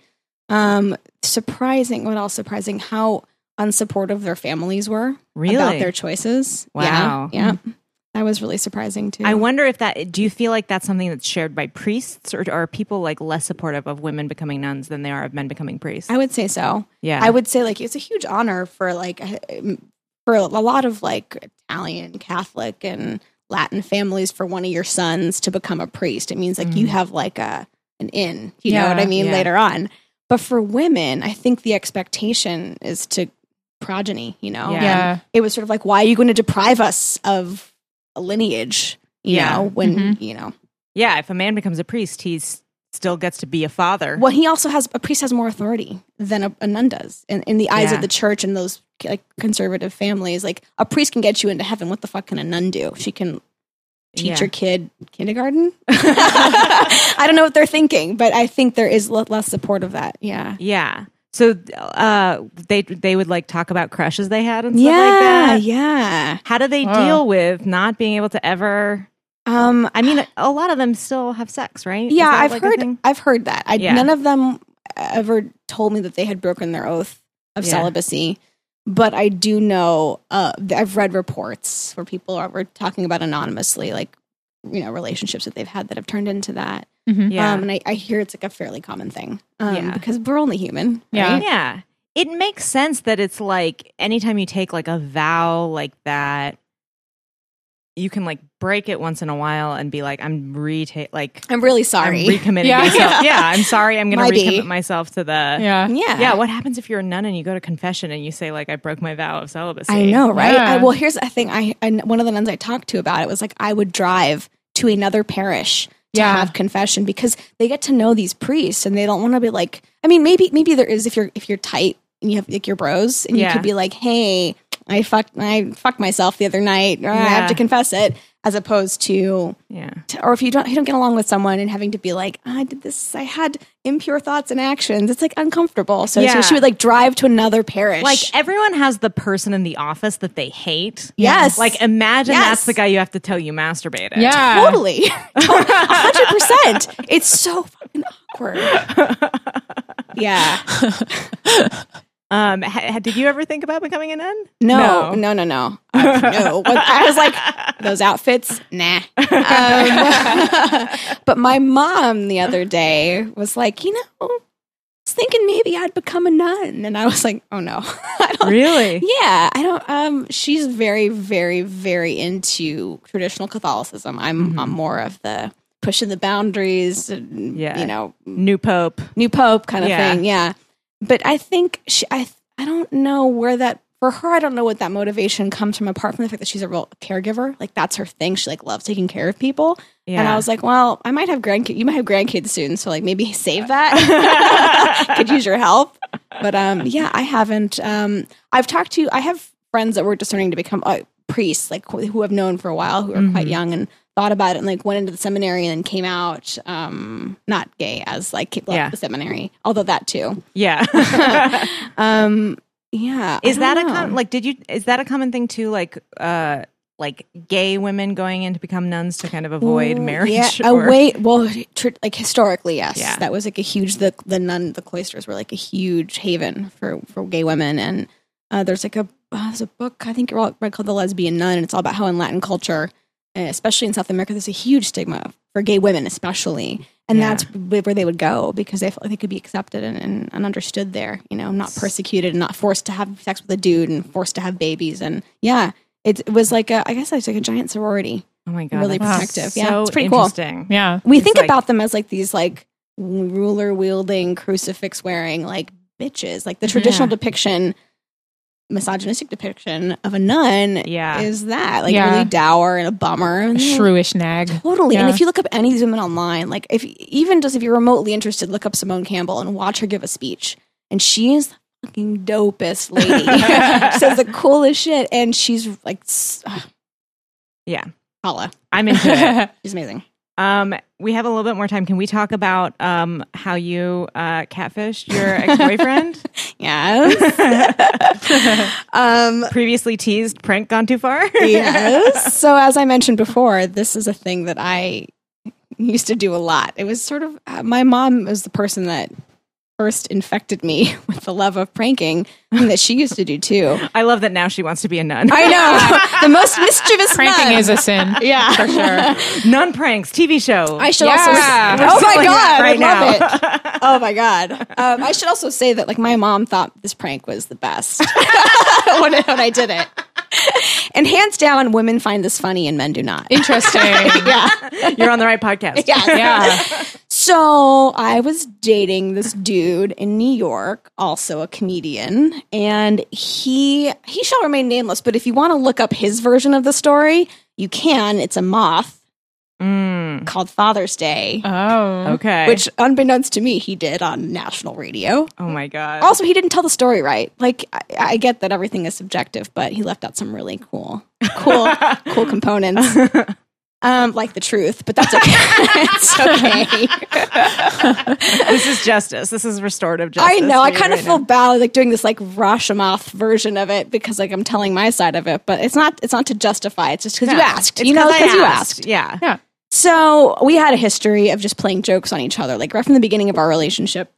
Speaker 7: Um, surprising, what else surprising? How unsupportive their families were
Speaker 2: Really?
Speaker 7: about their choices.
Speaker 2: Wow. Hmm.
Speaker 7: Yeah, yeah. that was really surprising too.
Speaker 2: I wonder if that do you feel like that's something that's shared by priests or are people like less supportive of women becoming nuns than they are of men becoming priests?
Speaker 7: I would say so.
Speaker 2: yeah.
Speaker 7: I would say like it's a huge honor for like um, for a lot of like Italian Catholic and Latin families for one of your sons to become a priest. It means like you have like a an in, you know what
Speaker 3: Yeah,
Speaker 7: I mean
Speaker 2: Mm-hmm. yeah.
Speaker 7: later on. But for women, I think the expectation is to progeny, you know.
Speaker 2: Yeah.
Speaker 3: Yeah.
Speaker 7: It was sort of like why are you going to deprive us of a lineage, you
Speaker 2: Yeah. Mm-hmm.
Speaker 7: know, when
Speaker 3: Mhm.
Speaker 7: you know.
Speaker 2: yeah, if a man becomes a priest, he's still gets to be a father.
Speaker 7: Well, he also has a priest has more authority than a, a nun does in, in the eyes
Speaker 2: Yeah.
Speaker 7: of the church and those like conservative families. Like a priest can get you into heaven. What the fuck can a nun do? She can teach
Speaker 2: Yeah.
Speaker 7: your kid kindergarten. I don't know what they're thinking, but I think there is l- less support of that. Yeah.
Speaker 2: Yeah. So uh, they they would like talk about crushes they had and stuff
Speaker 7: yeah,
Speaker 2: like that.
Speaker 7: yeah.
Speaker 2: How do they
Speaker 3: Wow.
Speaker 2: deal with not being able to ever?
Speaker 7: Um,
Speaker 2: I mean, a lot of them still have sex, right? Is
Speaker 7: yeah,
Speaker 2: that,
Speaker 7: I've
Speaker 2: like, a
Speaker 7: heard,
Speaker 2: thing?
Speaker 7: I've heard that. I,
Speaker 2: Yeah.
Speaker 7: None of them ever told me that they had broken their oath of
Speaker 2: Yeah.
Speaker 7: celibacy, but I do know. Uh, th- I've read reports where people are were talking about anonymously, like you know, relationships that they've had that have turned into that.
Speaker 2: Yeah,
Speaker 7: Um, and I, I hear it's like a fairly common thing um,
Speaker 2: Yeah.
Speaker 7: because we're only human.
Speaker 3: Yeah.
Speaker 7: right?
Speaker 2: yeah. It makes sense that it's like anytime you take like a vow like that, you can like break it once in a while and be like, I'm retake like
Speaker 7: I'm really
Speaker 2: I'm
Speaker 7: sorry.
Speaker 2: recommitting
Speaker 3: Yeah.
Speaker 2: myself. yeah, I'm sorry. I'm going
Speaker 7: Might
Speaker 2: to
Speaker 7: be.
Speaker 2: recommit myself to the
Speaker 3: Yeah.
Speaker 7: yeah.
Speaker 2: Yeah, what happens if you're a nun and you go to confession and you say like I broke my vow of celibacy?
Speaker 7: I know, right?
Speaker 3: Yeah.
Speaker 7: I, well, here's the thing. I, I one of the nuns I talked to about it was like I would drive to another parish to
Speaker 3: Yeah.
Speaker 7: have confession because they get to know these priests and they don't want to be like. I mean, maybe maybe there is if you're if you're tight and you have like your bros and
Speaker 2: Yeah.
Speaker 7: you could be like, hey, I fucked I fucked myself the other night. or I
Speaker 2: Yeah.
Speaker 7: have to confess it, as opposed to
Speaker 2: Yeah.
Speaker 7: to- or if you don't you don't get along with someone and having to be like I did this I had impure thoughts and actions it's like uncomfortable so,
Speaker 2: Yeah.
Speaker 7: so she would like drive to another parish
Speaker 2: Like everyone has the person in the office that they hate.
Speaker 7: Yes.
Speaker 2: Like imagine
Speaker 7: Yes.
Speaker 2: that's the guy you have to tell you masturbated.
Speaker 3: Yeah.
Speaker 7: totally, hundred percent. It's so fucking awkward. Yeah,
Speaker 2: Um. ha- ha- did you ever think about becoming a nun?
Speaker 7: no, no, no, no, Uh, no. When- I was like, those outfits, nah. Um, but my mom the other day was like, you know, it's thinking maybe I'd become a nun, and I was like, oh no, I don't.
Speaker 2: Really?
Speaker 7: Yeah, I don't. Um, she's very, very, very into traditional Catholicism. I'm, I'm more of the pushing the boundaries. And,
Speaker 2: Yeah.
Speaker 7: you know,
Speaker 2: New Pope.
Speaker 7: new pope kind of
Speaker 2: Yeah.
Speaker 7: thing. Yeah, but I think she, I, I don't know where that for her. I don't know what that motivation comes from apart from the fact that she's a real caregiver. Like that's her thing. She like loves taking care of people. And
Speaker 2: Yeah.
Speaker 7: I was like, well, I might have grandkids. You might have grandkids soon, so like maybe save that. Could use your help. But um, yeah, I haven't. Um, I've talked to. I have friends that were discerning to become uh, priests, like who who I've known for a while, who are quite
Speaker 2: Mm-hmm.
Speaker 7: young and thought about it and like went into the seminary and then came out um not gay as like came- left
Speaker 2: Yeah.
Speaker 7: the seminary although that too
Speaker 2: Yeah.
Speaker 7: um yeah I
Speaker 2: is
Speaker 7: don't
Speaker 2: that a
Speaker 7: know.
Speaker 2: com- like did you is that a common thing too like uh like gay women going in to become nuns to kind of avoid
Speaker 7: Ooh,
Speaker 2: marriage
Speaker 7: Mm, Yeah,
Speaker 2: or-
Speaker 7: a way. Well, tr- like historically, yes,
Speaker 2: Yeah.
Speaker 7: that was like a huge. The the nun, the cloisters were like a huge haven for for gay women, and uh, there's like a uh, there's a book I think you're read called The Lesbian Nun, and it's all about how in Latin culture, uh, especially in South America, there's a huge stigma for gay women, especially, and
Speaker 2: Yeah.
Speaker 7: that's wh- where they would go because they felt like they could be accepted and, and, and understood there, you know, not persecuted and not forced to have sex with a dude and forced to have babies, and yeah. It it was like a, I guess it's like a giant sorority
Speaker 2: oh my god
Speaker 7: really
Speaker 2: that's
Speaker 7: protective.
Speaker 2: so
Speaker 7: Yeah, it's pretty cool.
Speaker 2: interesting
Speaker 3: Yeah.
Speaker 7: we
Speaker 2: It's
Speaker 7: think
Speaker 2: like-
Speaker 7: about them as like these like ruler wielding crucifix wearing like bitches like the traditional depiction misogynistic depiction of a nun
Speaker 2: Yeah.
Speaker 7: is that like
Speaker 3: Yeah.
Speaker 7: really dour and a bummer and they're
Speaker 3: Shrewish nag.
Speaker 7: Totally. And
Speaker 3: Yeah.
Speaker 7: if you look up any of these women online, like if even just if you're remotely interested, look up Simone Campbell and watch her give a speech. And she is the fucking dopest lady. she says the coolest shit. And she's like, s- ugh,
Speaker 2: yeah
Speaker 7: holla.
Speaker 2: i'm into it
Speaker 7: She's amazing.
Speaker 2: um we have a little bit more time can we talk about um how you uh catfished your ex-boyfriend
Speaker 7: Yes. um,
Speaker 2: previously teased prank gone too far
Speaker 7: yes. So as I mentioned before, this is a thing that I used to do a lot. It was sort of uh, my mom was the person that first infected me with the love of pranking and that she used to do too.
Speaker 2: i love that now she wants to be a nun
Speaker 7: I know the most mischievous
Speaker 3: Pranking
Speaker 7: nun.
Speaker 3: is a sin.
Speaker 7: yeah for
Speaker 3: sure.
Speaker 2: nun pranks tv show
Speaker 7: I should
Speaker 3: Yeah.
Speaker 7: also.
Speaker 3: We're
Speaker 7: oh my
Speaker 2: selling
Speaker 7: god!
Speaker 2: that right
Speaker 7: I love
Speaker 2: now.
Speaker 7: it. Oh my god! Um, I should also say that like my mom thought this prank was the best when, when I did it, and hands down, women find this funny and men do not.
Speaker 3: Interesting. yeah.
Speaker 2: you're on the right podcast
Speaker 7: Yeah. So I was dating this dude in New York, also a comedian, and he he shall remain nameless. But if you want to look up his version of the story, you can. It's a moth
Speaker 2: Mm,
Speaker 7: called Father's Day,
Speaker 3: Oh.
Speaker 2: okay
Speaker 7: which, unbeknownst to me, he did on national radio.
Speaker 2: oh my god
Speaker 7: Also, he didn't tell the story right. Like I, I get that everything is subjective, but he left out some really cool, cool, cool components. Um, like the truth, but that's okay. it's okay.
Speaker 2: this is justice. This is restorative justice.
Speaker 7: I know.
Speaker 2: for
Speaker 7: I
Speaker 2: you
Speaker 7: kind of
Speaker 2: right
Speaker 7: feel
Speaker 2: now.
Speaker 7: bad like doing this like Rashomon version of it because like I'm telling my side of it, but it's not. It's not to justify. It's just because you
Speaker 2: Yeah.
Speaker 7: asked.
Speaker 2: It's
Speaker 7: you know,
Speaker 2: 'cause I
Speaker 7: because you asked.
Speaker 2: Yeah.
Speaker 3: Yeah.
Speaker 7: So we had a history of just playing jokes on each other, like right from the beginning of our relationship.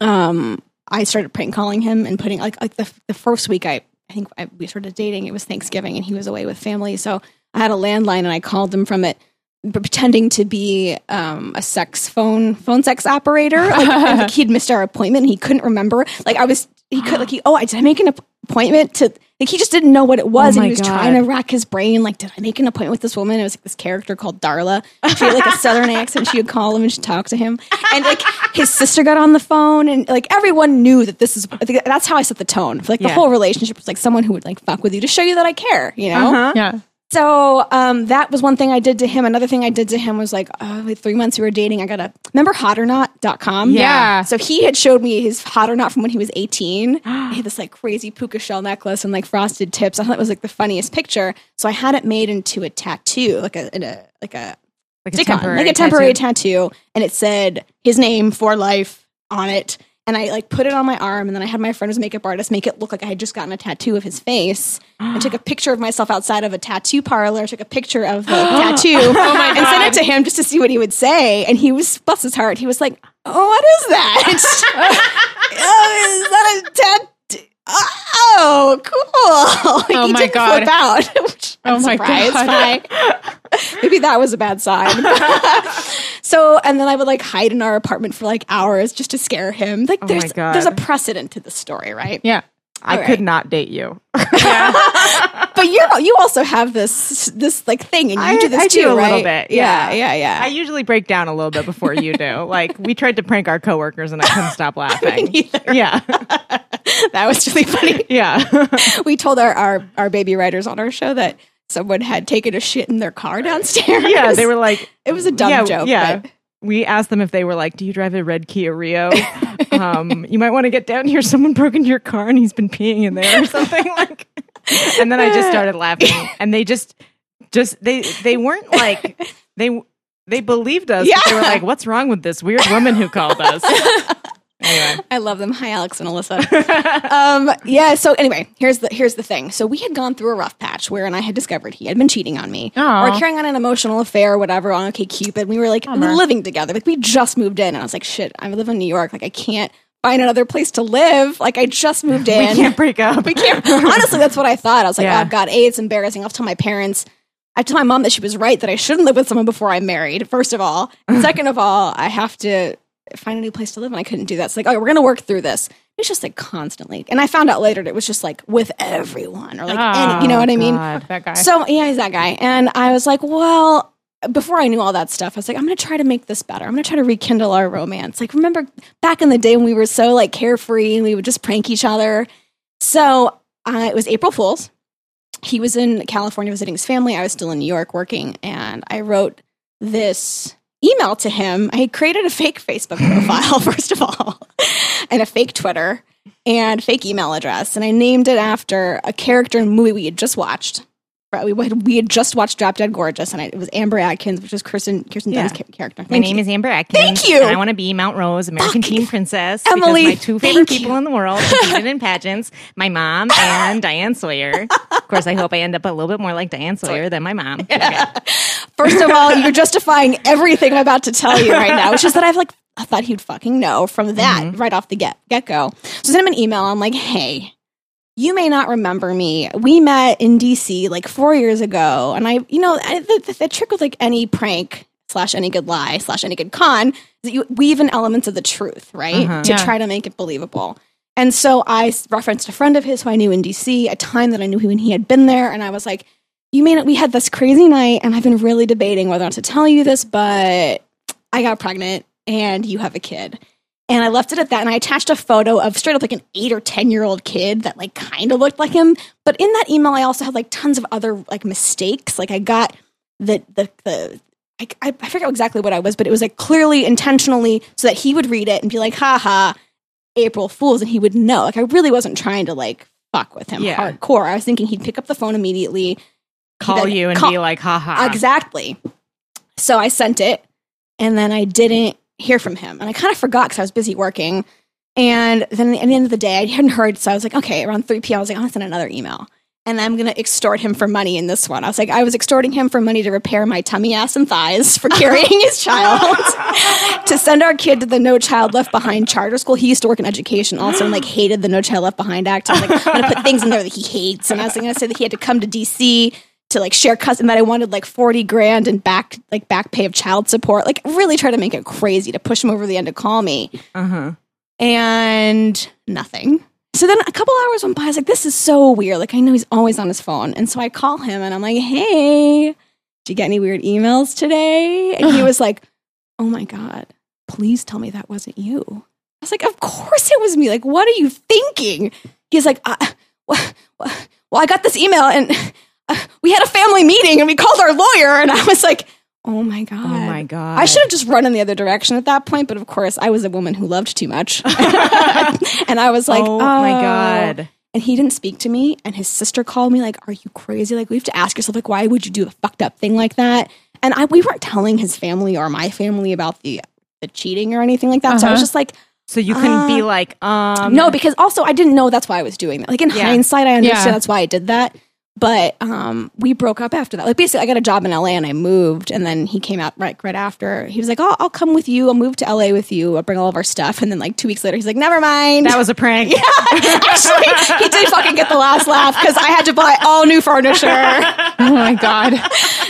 Speaker 7: Um, I started prank calling him and putting like like the the first week I I think I, we started dating. It was Thanksgiving and he was away with family, so I had a landline and I called him from it. p- Pretending to be um, a sex phone phone sex operator, like, and, like he'd missed our appointment, and he couldn't remember. Like I was, he could like he oh I did I make an app- appointment to like he just didn't know what it was,
Speaker 2: Oh
Speaker 7: and he
Speaker 2: my
Speaker 7: was
Speaker 2: God.
Speaker 7: trying to rack his brain. Like, did I make an appointment with this woman? It was like this character called Darla. She had like a southern accent. She would call him and she'd talk to him. And like his sister got on the phone, and like everyone knew that this is. I think that's how I set the tone. For, like the
Speaker 2: Yeah.
Speaker 7: whole relationship was like someone who would like fuck with you to show you that I care. You know.
Speaker 3: Yeah.
Speaker 7: So um, that was one thing I did to him. Another thing I did to him was like, oh, like three months we were dating. I got a remember hotornot.com?
Speaker 3: Yeah.
Speaker 7: So he had showed me his hot or not from when he was 18. he had this like crazy puka shell necklace and like frosted tips. I thought it was like the funniest picture. So I had it made into a tattoo, like a, in a like a
Speaker 2: Like
Speaker 7: stick on, like a temporary tattoo. and it said his name for life on it. And I like put it on my arm, and then I had my friend who's a makeup artist make it look like I had just gotten a tattoo of his face. I took a picture of myself outside of a tattoo parlor, took a picture of the tattoo, and sent it to him just to see what he would say. And he was bless his heart, he was like, "Oh, what is that? oh, is that a tattoo?" Oh, cool! Like,
Speaker 3: Oh
Speaker 7: he
Speaker 3: my
Speaker 7: didn't
Speaker 3: God.
Speaker 7: Flip out. Which I'm
Speaker 3: Oh my
Speaker 7: surprised
Speaker 3: God.
Speaker 7: by. Maybe that was a bad sign. So, and then I would like hide in our apartment for like hours just to scare him. Like,
Speaker 2: Oh my
Speaker 7: there's
Speaker 2: God.
Speaker 7: there's a precedent to this story, right?
Speaker 3: Yeah.
Speaker 2: I
Speaker 7: All
Speaker 2: could
Speaker 7: right.
Speaker 2: not date you.
Speaker 7: But you are you also have this this like thing, and you
Speaker 2: I-
Speaker 7: do this
Speaker 2: I
Speaker 7: too,
Speaker 2: do a little
Speaker 7: right?
Speaker 2: bit,
Speaker 7: Yeah,
Speaker 2: yeah.
Speaker 7: yeah,
Speaker 2: I
Speaker 7: yeah.
Speaker 2: usually break down a little bit before you do. Like we tried to prank our coworkers and I couldn't stop laughing. yeah.
Speaker 7: that was really funny.
Speaker 2: Yeah.
Speaker 7: we told our, our our baby writers on our show that someone had taken a shit in their car downstairs.
Speaker 2: yeah, they were like
Speaker 7: It was a dumb
Speaker 2: yeah,
Speaker 7: joke.
Speaker 2: Yeah.
Speaker 7: but-
Speaker 2: We asked them if they were like, "Do you drive a red Kia Rio? um, you might want to get down here. Someone broke into your car and he's been peeing in there or something like." And then I just started laughing, and they just, just they they weren't like they they believed us. but They were
Speaker 7: Yeah.
Speaker 2: like, "What's wrong with this weird woman who called us?" anyway,
Speaker 7: I love them. Hi, Alex and Alyssa. um, yeah. So anyway, here's the here's the thing. So we had gone through a rough patch wherein I had discovered he had been cheating on me
Speaker 3: Aw.
Speaker 7: or carrying on an emotional affair or whatever on OK Cupid. We were like we were living together. Like we just moved in, and I was like, shit, I live in New York. Like I can't find another place to live. Like I just moved in.
Speaker 2: we can't break up. We can't.
Speaker 7: Honestly, that's what I thought. I was like,
Speaker 2: Yeah.
Speaker 7: oh God, A, it's embarrassing. I'll tell my parents. I told my mom that she was right, that I shouldn't live with someone before I'm married, first of all. And second of all, I have to find a new place to live, and I couldn't do that. So, like, oh, we're going to work through this. It's just like constantly. And I found out later that it was just like with everyone or like any,
Speaker 2: Oh,
Speaker 7: you know what I mean?
Speaker 2: Ah,
Speaker 3: That guy.
Speaker 7: So yeah, he's that guy. And I was like, well, before I knew all that stuff, I was like, I'm gonna try to make this better. I'm gonna try to rekindle our romance. Like, remember back in the day when we were so like carefree and we would just prank each other. So uh, it was April Fool's. He was in California visiting his family. I was still in New York working, and I wrote this email to him. I had created a fake Facebook profile, first of all, and a fake Twitter and fake email address, and I named it after a character in a movie we had just watched. Right, We had, we had just watched Drop Dead Gorgeous, and I, it was Amber Atkins, which was Kirsten Kirsten Dunst's
Speaker 2: Yeah.
Speaker 7: ca- character.
Speaker 2: My name is Amber Atkins.
Speaker 7: Thank you.
Speaker 2: And I want to be Mount Rose, American Teen Princess. because
Speaker 7: Emily,
Speaker 2: my two favorite
Speaker 7: thank you.
Speaker 2: people in the world competed in pageants: my mom and Diane Sawyer. Of course, I hope I end up a little bit more like Diane Sawyer than my mom. Okay.
Speaker 7: First of all, you're justifying everything I'm about to tell you right now, which is that I've like I thought he'd fucking know from that right off the get get go. So I sent him an email. I'm like, hey, you may not remember me. We met in DC like four years ago, and I, you know, I, the, the, the trick with like any prank slash any good lie slash any good con is that you weave in elements of the truth, right, to
Speaker 3: Yeah.
Speaker 7: try to make it believable. And so I s- referenced a friend of his who I knew in DC, a time that I knew when he had been there, and I was like, "You mean we had this crazy night, and I've been really debating whether or not to tell you this, but I got pregnant, and you have a kid." And I left it at that. And I attached a photo of straight up like an eight or 10 year old kid that like kind of looked like him. But in that email, I also had like tons of other like mistakes. Like I got the, the, the, I, I I forget exactly what I was, but it was like clearly intentionally so that he would read it and be like, ha ha, April Fools. And he would know. Like I really wasn't trying to like fuck with him
Speaker 2: Yeah.
Speaker 7: hardcore. I was thinking he'd pick up the phone immediately.
Speaker 2: Call
Speaker 7: Then
Speaker 2: you and
Speaker 7: call-
Speaker 2: be like, "Ha ha."
Speaker 7: Exactly. So I sent it and then I didn't hear from him. And I kind of forgot because I was busy working. And then at the end of the day, I hadn't heard. So I was like, okay, around 3 p.m., I was like, I'm going to send another email. And I'm going to extort him for money in this one. I was like, I was extorting him for money to repair my tummy, ass, and thighs for carrying his child, to send our kid to the No Child Left Behind charter school. He used to work in education also and like hated the No Child Left Behind Act. I was like, I'm going to put things in there that he hates. And I was going to say that he had to come to D.C. to like share cousin that I wanted like 40 grand and back, like back pay of child support. Like really try to make it crazy to push him over the end to call me and nothing. So then a couple hours went by. I was like, this is so weird. Like, I know he's always on his phone. And so I call him and I'm like, hey, did you get any weird emails today? And he was like, oh my God, please tell me that wasn't you. I was like, of course it was me. Like, what are you thinking? He's like, uh, wha- wha- well, I got this email and uh, we had a family meeting and we called our lawyer. And I was like, oh my God.
Speaker 2: Oh my god!
Speaker 7: I should have just run in the other direction at that point, but of course, I was a woman who loved too much, and I was like, uh,
Speaker 2: oh, my god!
Speaker 7: And he didn't speak to me, and his sister called me like, "Are you crazy? Like, we have to ask yourself like, why would you do a fucked up thing like that?" And I we weren't telling his family or my family about the the cheating or anything like that, so I
Speaker 2: Uh-huh.
Speaker 7: was just like,
Speaker 2: So you couldn't be like, um,
Speaker 7: uh, no, because also I didn't know that's why I was doing that. Like in
Speaker 2: Yeah.
Speaker 7: hindsight, I understand
Speaker 3: Yeah.
Speaker 7: that's why I did that. But um, we broke up after that. Like basically, I got a job in LA and I moved, and then he came out right right after. He was like, "Oh, I'll come with you. I'll move to LA with you. I'll bring all of our stuff." And then like two weeks later, he's like, "Never mind."
Speaker 2: that was a prank.
Speaker 7: actually he did fucking get the last laugh because I had to buy all new furniture, and
Speaker 3: oh my god.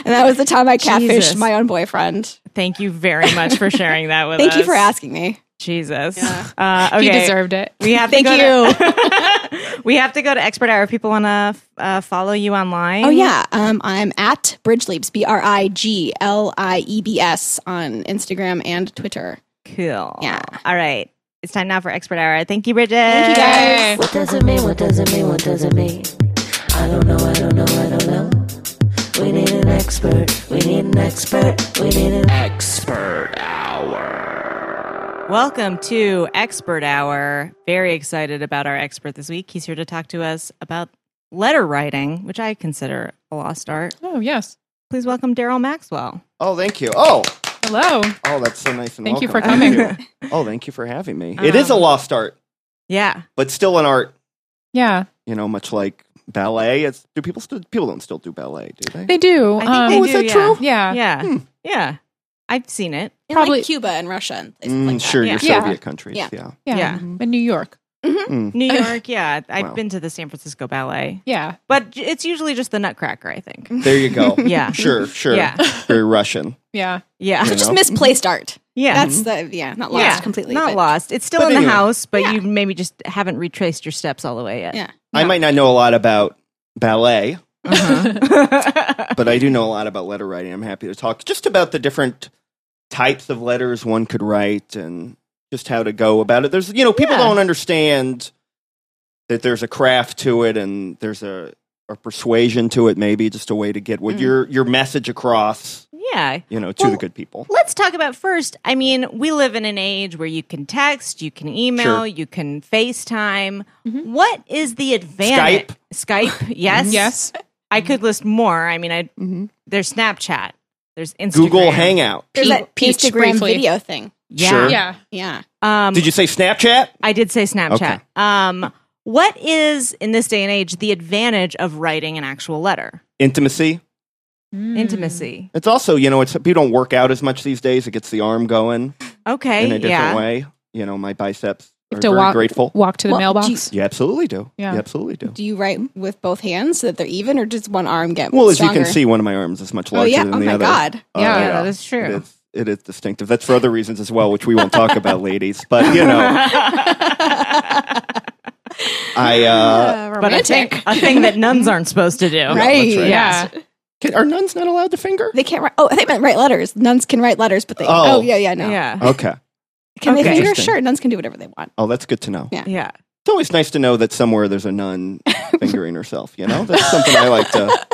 Speaker 7: that was the time I catfished
Speaker 2: Jesus.
Speaker 7: my own boyfriend.
Speaker 2: Thank you very much for sharing that with us.
Speaker 7: Thank you for asking me.
Speaker 2: Jesus. Uh, okay.
Speaker 3: He deserved it.
Speaker 2: We have to
Speaker 7: Thank
Speaker 2: go To, we have to go to expert hour. If people want to uh, follow you online.
Speaker 7: Oh yeah, um, I'm at Bridgeleaps, B R I G L I E B S on Instagram and Twitter.
Speaker 2: Cool.
Speaker 7: Yeah.
Speaker 2: All right. It's time now for expert hour. Thank you, Bridget.
Speaker 7: Thank you guys.
Speaker 8: What does it mean? What does it mean? What does it mean? I don't know, I don't know, I don't know. We need an expert, we need an expert, we need an
Speaker 2: Welcome to Expert Hour. Very excited about our expert this week. He's here to talk to us about letter writing, which I consider a lost art.
Speaker 3: Oh yes.
Speaker 2: Please welcome Daryl Maxwell.
Speaker 9: Oh, thank you. Oh,
Speaker 3: Hello.
Speaker 9: oh, that's so nice and
Speaker 3: Thank you for
Speaker 9: welcome. Thank you. oh, thank you for having me. it is a lost art,
Speaker 2: Yeah.
Speaker 9: but still an art.
Speaker 3: Yeah,
Speaker 9: You know, much like ballet. It's, do people still people don't still do ballet? Do they?
Speaker 3: they do.
Speaker 2: I think they do,
Speaker 9: that
Speaker 2: yeah.
Speaker 9: true?
Speaker 3: Yeah.
Speaker 2: Yeah.
Speaker 9: hmm.
Speaker 2: Yeah. I've seen it.
Speaker 7: In
Speaker 3: Probably-
Speaker 7: like Cuba and Russia and places
Speaker 9: Mm,
Speaker 7: like that.
Speaker 9: sure,
Speaker 2: Yeah.
Speaker 9: your
Speaker 3: Yeah.
Speaker 9: Soviet countries.
Speaker 7: Yeah.
Speaker 9: Yeah.
Speaker 3: Yeah.
Speaker 2: Yeah.
Speaker 3: In New York.
Speaker 9: Mm.
Speaker 2: New York, yeah. I've
Speaker 9: Wow.
Speaker 2: been to the San Francisco Ballet,
Speaker 3: Yeah.
Speaker 2: but j- it's usually just the Nutcracker, I think.
Speaker 7: Mm-hmm.
Speaker 9: There you go.
Speaker 2: Yeah.
Speaker 9: Sure, sure.
Speaker 2: Yeah.
Speaker 9: Very Russian.
Speaker 3: Yeah.
Speaker 2: Yeah.
Speaker 9: you
Speaker 7: Just
Speaker 9: know?
Speaker 7: misplaced art.
Speaker 2: Yeah.
Speaker 7: That's the yeah, not lost
Speaker 2: Yeah.
Speaker 7: completely.
Speaker 2: Not
Speaker 7: but-
Speaker 2: lost. It's still
Speaker 9: But
Speaker 2: in the
Speaker 9: anyway.
Speaker 2: house, but you maybe just haven't retraced your steps all the way yet.
Speaker 7: Yeah.
Speaker 9: I might not know a lot about ballet,
Speaker 2: Uh-huh.
Speaker 9: but I do know a lot about letter writing. I'm happy to talk just about the different types of letters one could write and just how to go about it. There's, you know, people
Speaker 2: Yeah.
Speaker 9: don't understand that there's a craft to it and there's a, a persuasion to it, maybe just a way to get what
Speaker 3: Hmm.
Speaker 9: your your message across,
Speaker 2: yeah.
Speaker 9: you know, to
Speaker 2: Well,
Speaker 9: the good people.
Speaker 2: Let's talk about first. I mean, we live in an age where you can text, you can email,
Speaker 9: Sure.
Speaker 2: you can FaceTime. What is the advantage? Skype. Skype, Mm-hmm. yes. Mm-hmm.
Speaker 3: Yes.
Speaker 2: I could list more. I mean, I there's Snapchat, there's Instagram.
Speaker 9: Google Hangout.
Speaker 7: There's
Speaker 3: Pe-
Speaker 7: that
Speaker 3: peach
Speaker 7: Instagram
Speaker 3: briefly.
Speaker 7: video thing.
Speaker 2: Yeah.
Speaker 9: Sure.
Speaker 3: Yeah.
Speaker 7: Yeah.
Speaker 2: Um,
Speaker 9: Did you say Snapchat?
Speaker 2: I did say Snapchat.
Speaker 9: Okay.
Speaker 2: Um, what is in this day and age the advantage of writing an actual letter?
Speaker 9: Intimacy.
Speaker 2: Intimacy.
Speaker 9: It's also, you know, it's people don't work out as much these days. It gets the arm going
Speaker 2: Mm. Okay.
Speaker 9: in a different
Speaker 2: yeah.
Speaker 9: way. You know, my
Speaker 3: You
Speaker 9: biceps are
Speaker 3: have to
Speaker 9: very
Speaker 3: walk
Speaker 9: grateful.
Speaker 3: walk to the
Speaker 7: Well,
Speaker 3: mailbox.
Speaker 7: do you-
Speaker 9: You absolutely do.
Speaker 3: Yeah.
Speaker 9: You absolutely do.
Speaker 7: Do you write with both hands so that they're even, or does one arm get
Speaker 9: Well, as
Speaker 7: stronger?
Speaker 9: you can see, one of my arms is much
Speaker 7: Oh
Speaker 9: larger
Speaker 7: yeah!
Speaker 9: than
Speaker 7: Oh
Speaker 9: the
Speaker 7: my
Speaker 9: other.
Speaker 7: god!
Speaker 9: Uh,
Speaker 2: Yeah, that is true.
Speaker 9: It is, it is distinctive. That's for other reasons as well, which we won't talk about, ladies. But you know, I uh,
Speaker 2: But a thing, a thing that nuns aren't supposed to do.
Speaker 7: Right?
Speaker 9: right.
Speaker 3: yeah.
Speaker 9: can, are nuns not allowed to finger?
Speaker 7: They can't write. Oh, they meant write letters. Nuns can write letters, but they.
Speaker 9: Oh.
Speaker 7: Oh, yeah, yeah, no.
Speaker 2: Yeah.
Speaker 9: Okay.
Speaker 7: Can
Speaker 2: Okay.
Speaker 7: they finger?
Speaker 9: Interesting.
Speaker 7: Sure, nuns can do whatever they want.
Speaker 9: Oh, that's good to know.
Speaker 7: Yeah.
Speaker 2: Yeah.
Speaker 9: It's always nice to know that somewhere there's a nun fingering herself. You know, that's something I like to.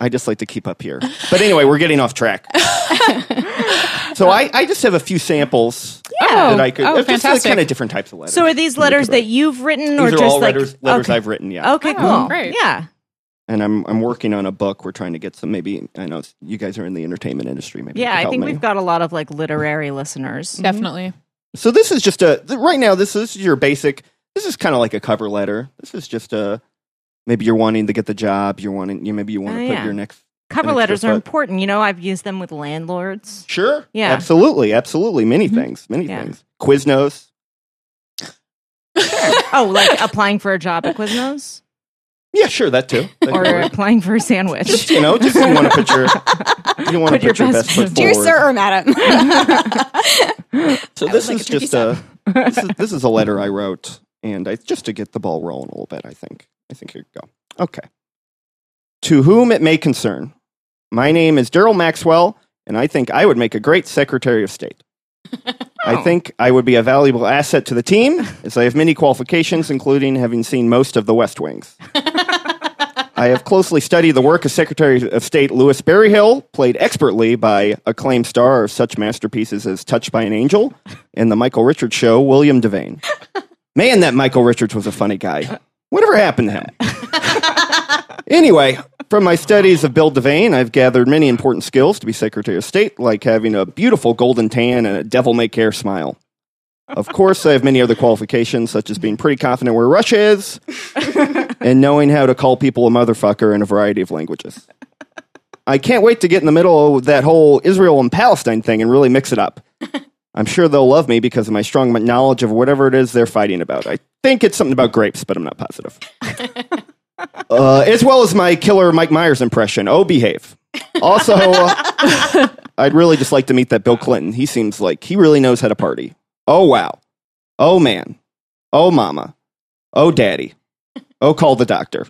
Speaker 9: I just like to keep up here. But anyway, we're getting off track. so I, I just have a few samples that I could.
Speaker 3: Oh,
Speaker 9: of just the
Speaker 3: fantastic.
Speaker 9: kind of different types of letters.
Speaker 2: So are these
Speaker 9: that I could
Speaker 2: letters
Speaker 9: write.
Speaker 2: that you've written, or
Speaker 9: These are
Speaker 2: just
Speaker 9: all
Speaker 2: like
Speaker 9: letters, letters
Speaker 2: okay.
Speaker 9: I've written, yeah.
Speaker 2: Okay,
Speaker 3: Oh,
Speaker 2: cool.
Speaker 3: great.
Speaker 2: Yeah.
Speaker 9: And I'm I'm working on a book. We're trying to get some. Maybe I know it's- you guys are in the entertainment industry. Maybe you
Speaker 2: Yeah,
Speaker 9: could
Speaker 2: I
Speaker 9: help
Speaker 2: think
Speaker 9: me.
Speaker 2: we've got a lot of like literary listeners.
Speaker 3: Definitely.
Speaker 9: So this is just a th- right now. This this is your basic. This is kind of like a cover letter. This is just a maybe you're wanting to get the job. You're wanting you maybe you want
Speaker 2: Oh,
Speaker 9: to put
Speaker 2: yeah.
Speaker 9: your next
Speaker 2: Cover
Speaker 9: An extra
Speaker 2: letters are
Speaker 9: foot.
Speaker 2: important. You know, I've used them with landlords.
Speaker 9: sure
Speaker 2: Yeah. Mm-hmm.
Speaker 9: absolutely absolutely many things many
Speaker 2: Yeah.
Speaker 9: things Quiznos
Speaker 2: Oh, like applying for a job at Quiznos
Speaker 9: yeah sure that too That could
Speaker 2: or
Speaker 9: work.
Speaker 2: applying for a sandwich.
Speaker 9: Just, you know just you want to put your you want to
Speaker 2: Put
Speaker 9: put
Speaker 2: your
Speaker 9: your best,
Speaker 2: best
Speaker 9: foot
Speaker 2: foot
Speaker 9: forward.
Speaker 7: Dear sir or madam,
Speaker 9: So
Speaker 7: I
Speaker 9: this
Speaker 7: would
Speaker 9: is
Speaker 7: like a turkey
Speaker 9: just a this is, this is a letter I wrote, and I just to get the ball rolling a little bit. I think I think here we go. Okay. To whom it may concern, my name is Daryl Maxwell, and I think I would make a great Secretary of State. I
Speaker 7: Oh.
Speaker 9: think I would be a valuable asset to the team, as I have many qualifications, including having seen most of the West Wings. I have closely studied the work of Secretary of State Louis Berryhill, played expertly by acclaimed star of such masterpieces as Touched by an Angel and The Michael Richards Show, William Devane. Man, that Michael Richards was a funny guy. Whatever happened to him? Anyway, from my studies of Bill Devane, I've gathered many important skills to be Secretary of State, like having a beautiful golden tan and a devil may care smile. Of course, I have many other qualifications, such as being pretty confident where Russia is and knowing how to call people a motherfucker in a variety of languages. I can't wait to get in the middle of that whole Israel and Palestine thing and really mix it up. I'm sure they'll love me because of my strong knowledge of whatever it is they're fighting about. I think it's something about grapes, but I'm not positive. uh, as well as my killer Mike Myers impression. Oh, behave. Also, I'd really just like to meet that Bill Clinton. He seems like he really knows how to party. Oh, wow. Oh, man. Oh, mama. Oh, daddy. Oh, call the doctor.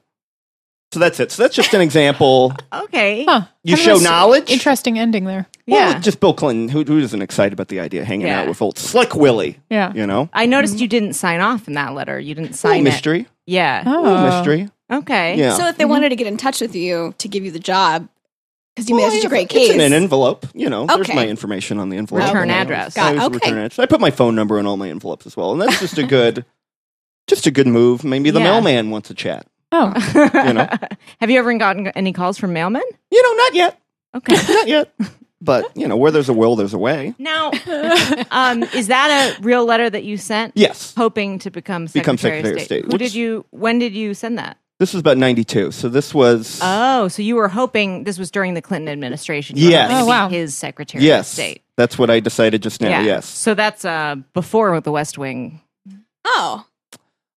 Speaker 9: So that's it. So that's just an example.
Speaker 2: Okay.
Speaker 3: Huh.
Speaker 9: You
Speaker 3: Kind of
Speaker 9: show
Speaker 3: a s-
Speaker 9: knowledge?
Speaker 3: Interesting ending there.
Speaker 9: Well,
Speaker 2: Yeah.
Speaker 9: just Bill Clinton. Who, who isn't excited about the idea of hanging
Speaker 2: Yeah.
Speaker 9: out with old Slick Willie?
Speaker 3: Yeah.
Speaker 9: You know?
Speaker 2: I noticed you didn't sign off in that letter. You didn't sign
Speaker 9: Little
Speaker 2: it.
Speaker 9: mystery.
Speaker 2: Yeah.
Speaker 3: Oh.
Speaker 9: Little mystery.
Speaker 2: Okay.
Speaker 9: Yeah.
Speaker 7: So if they wanted to get in touch with you to give you the job, because you
Speaker 9: Well,
Speaker 7: made such
Speaker 9: yeah,
Speaker 7: a great
Speaker 9: it's
Speaker 7: case,
Speaker 9: in an envelope. You know, there's
Speaker 7: Okay.
Speaker 9: my information on the envelope.
Speaker 2: Return
Speaker 9: You know,
Speaker 2: address.
Speaker 9: I always
Speaker 7: Got- okay.
Speaker 9: return address. I put my phone number in all my envelopes as well, and that's just a good, just a good move. Maybe the
Speaker 2: Yeah.
Speaker 9: mailman wants a chat.
Speaker 3: Oh,
Speaker 9: know.
Speaker 2: Have you ever gotten any calls from mailmen?
Speaker 9: You know, not yet,
Speaker 2: Okay.
Speaker 9: not yet. But you know, where there's a will, there's a way.
Speaker 2: now, um, is that a real letter that you sent?
Speaker 9: Yes,
Speaker 2: Hoping to become Secretary,
Speaker 9: Become
Speaker 2: of
Speaker 9: Secretary of
Speaker 2: State.
Speaker 9: State,
Speaker 2: Who
Speaker 9: which-
Speaker 2: did you? When did you send that?
Speaker 9: this was about '92, so this was
Speaker 2: Oh, so you were hoping this was during the Clinton administration. You were
Speaker 9: Yes.
Speaker 2: hoping to
Speaker 3: Oh,
Speaker 2: be
Speaker 3: wow.
Speaker 2: His Secretary
Speaker 9: yes.
Speaker 2: of State.
Speaker 9: That's what I decided just now. Yes.
Speaker 2: So that's uh, before the West Wing.
Speaker 7: oh,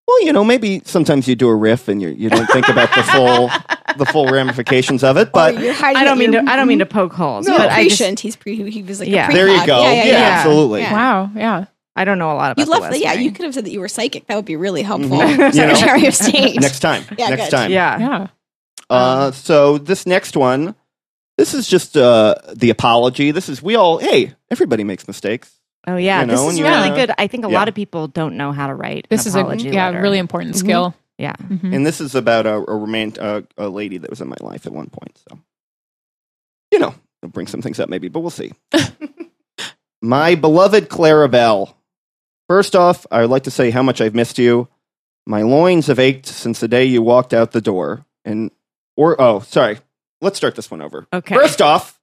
Speaker 9: Well, you know, maybe sometimes you do a riff and you you don't think about the full the full ramifications of
Speaker 7: Oh,
Speaker 9: it, but.
Speaker 7: you're hiding.
Speaker 2: I don't
Speaker 7: that
Speaker 2: mean to.
Speaker 7: you're-
Speaker 2: I don't mean to
Speaker 3: Mm-hmm.
Speaker 2: poke holes,
Speaker 7: You're
Speaker 2: but I just
Speaker 7: prescient. He's pre. He was like,
Speaker 2: Yeah.
Speaker 7: a
Speaker 9: there you
Speaker 7: precog.
Speaker 9: go.
Speaker 7: Yeah, yeah, yeah.
Speaker 9: absolutely.
Speaker 7: Yeah.
Speaker 3: wow. Yeah.
Speaker 2: I don't know a lot about.
Speaker 7: You
Speaker 2: the
Speaker 7: left.
Speaker 2: West
Speaker 7: Yeah,
Speaker 2: Wing.
Speaker 7: you could have said that you were psychic. That would be really helpful.
Speaker 9: Mhm. You know.
Speaker 7: Secretary of State.
Speaker 9: Next time.
Speaker 7: Yeah,
Speaker 9: next
Speaker 7: good.
Speaker 9: time.
Speaker 2: Yeah.
Speaker 3: Yeah.
Speaker 9: Uh, so this next one, this is just uh, the apology. This is we all. Hey, everybody makes mistakes.
Speaker 2: Oh yeah,
Speaker 9: You
Speaker 2: this
Speaker 9: know,
Speaker 2: is
Speaker 9: and
Speaker 3: you
Speaker 2: really
Speaker 9: wanna-
Speaker 2: good. I think a
Speaker 9: Yeah.
Speaker 2: lot of people don't know how to write.
Speaker 3: This
Speaker 2: an
Speaker 3: is a
Speaker 2: apology
Speaker 3: yeah
Speaker 2: letter. Mm-hmm.
Speaker 3: really important skill.
Speaker 2: yeah. Mm-hmm.
Speaker 3: Mhm.
Speaker 9: And this is about a, a romantic uh, a lady that was in my life at one point. So, you know, it'll bring some things up maybe, but we'll see. my beloved Clarabelle. First off, I would like to say how much I've missed you. My loins have ached since the day you walked out the door. And or oh, sorry. Let's start this one over.
Speaker 2: Okay.
Speaker 9: First off,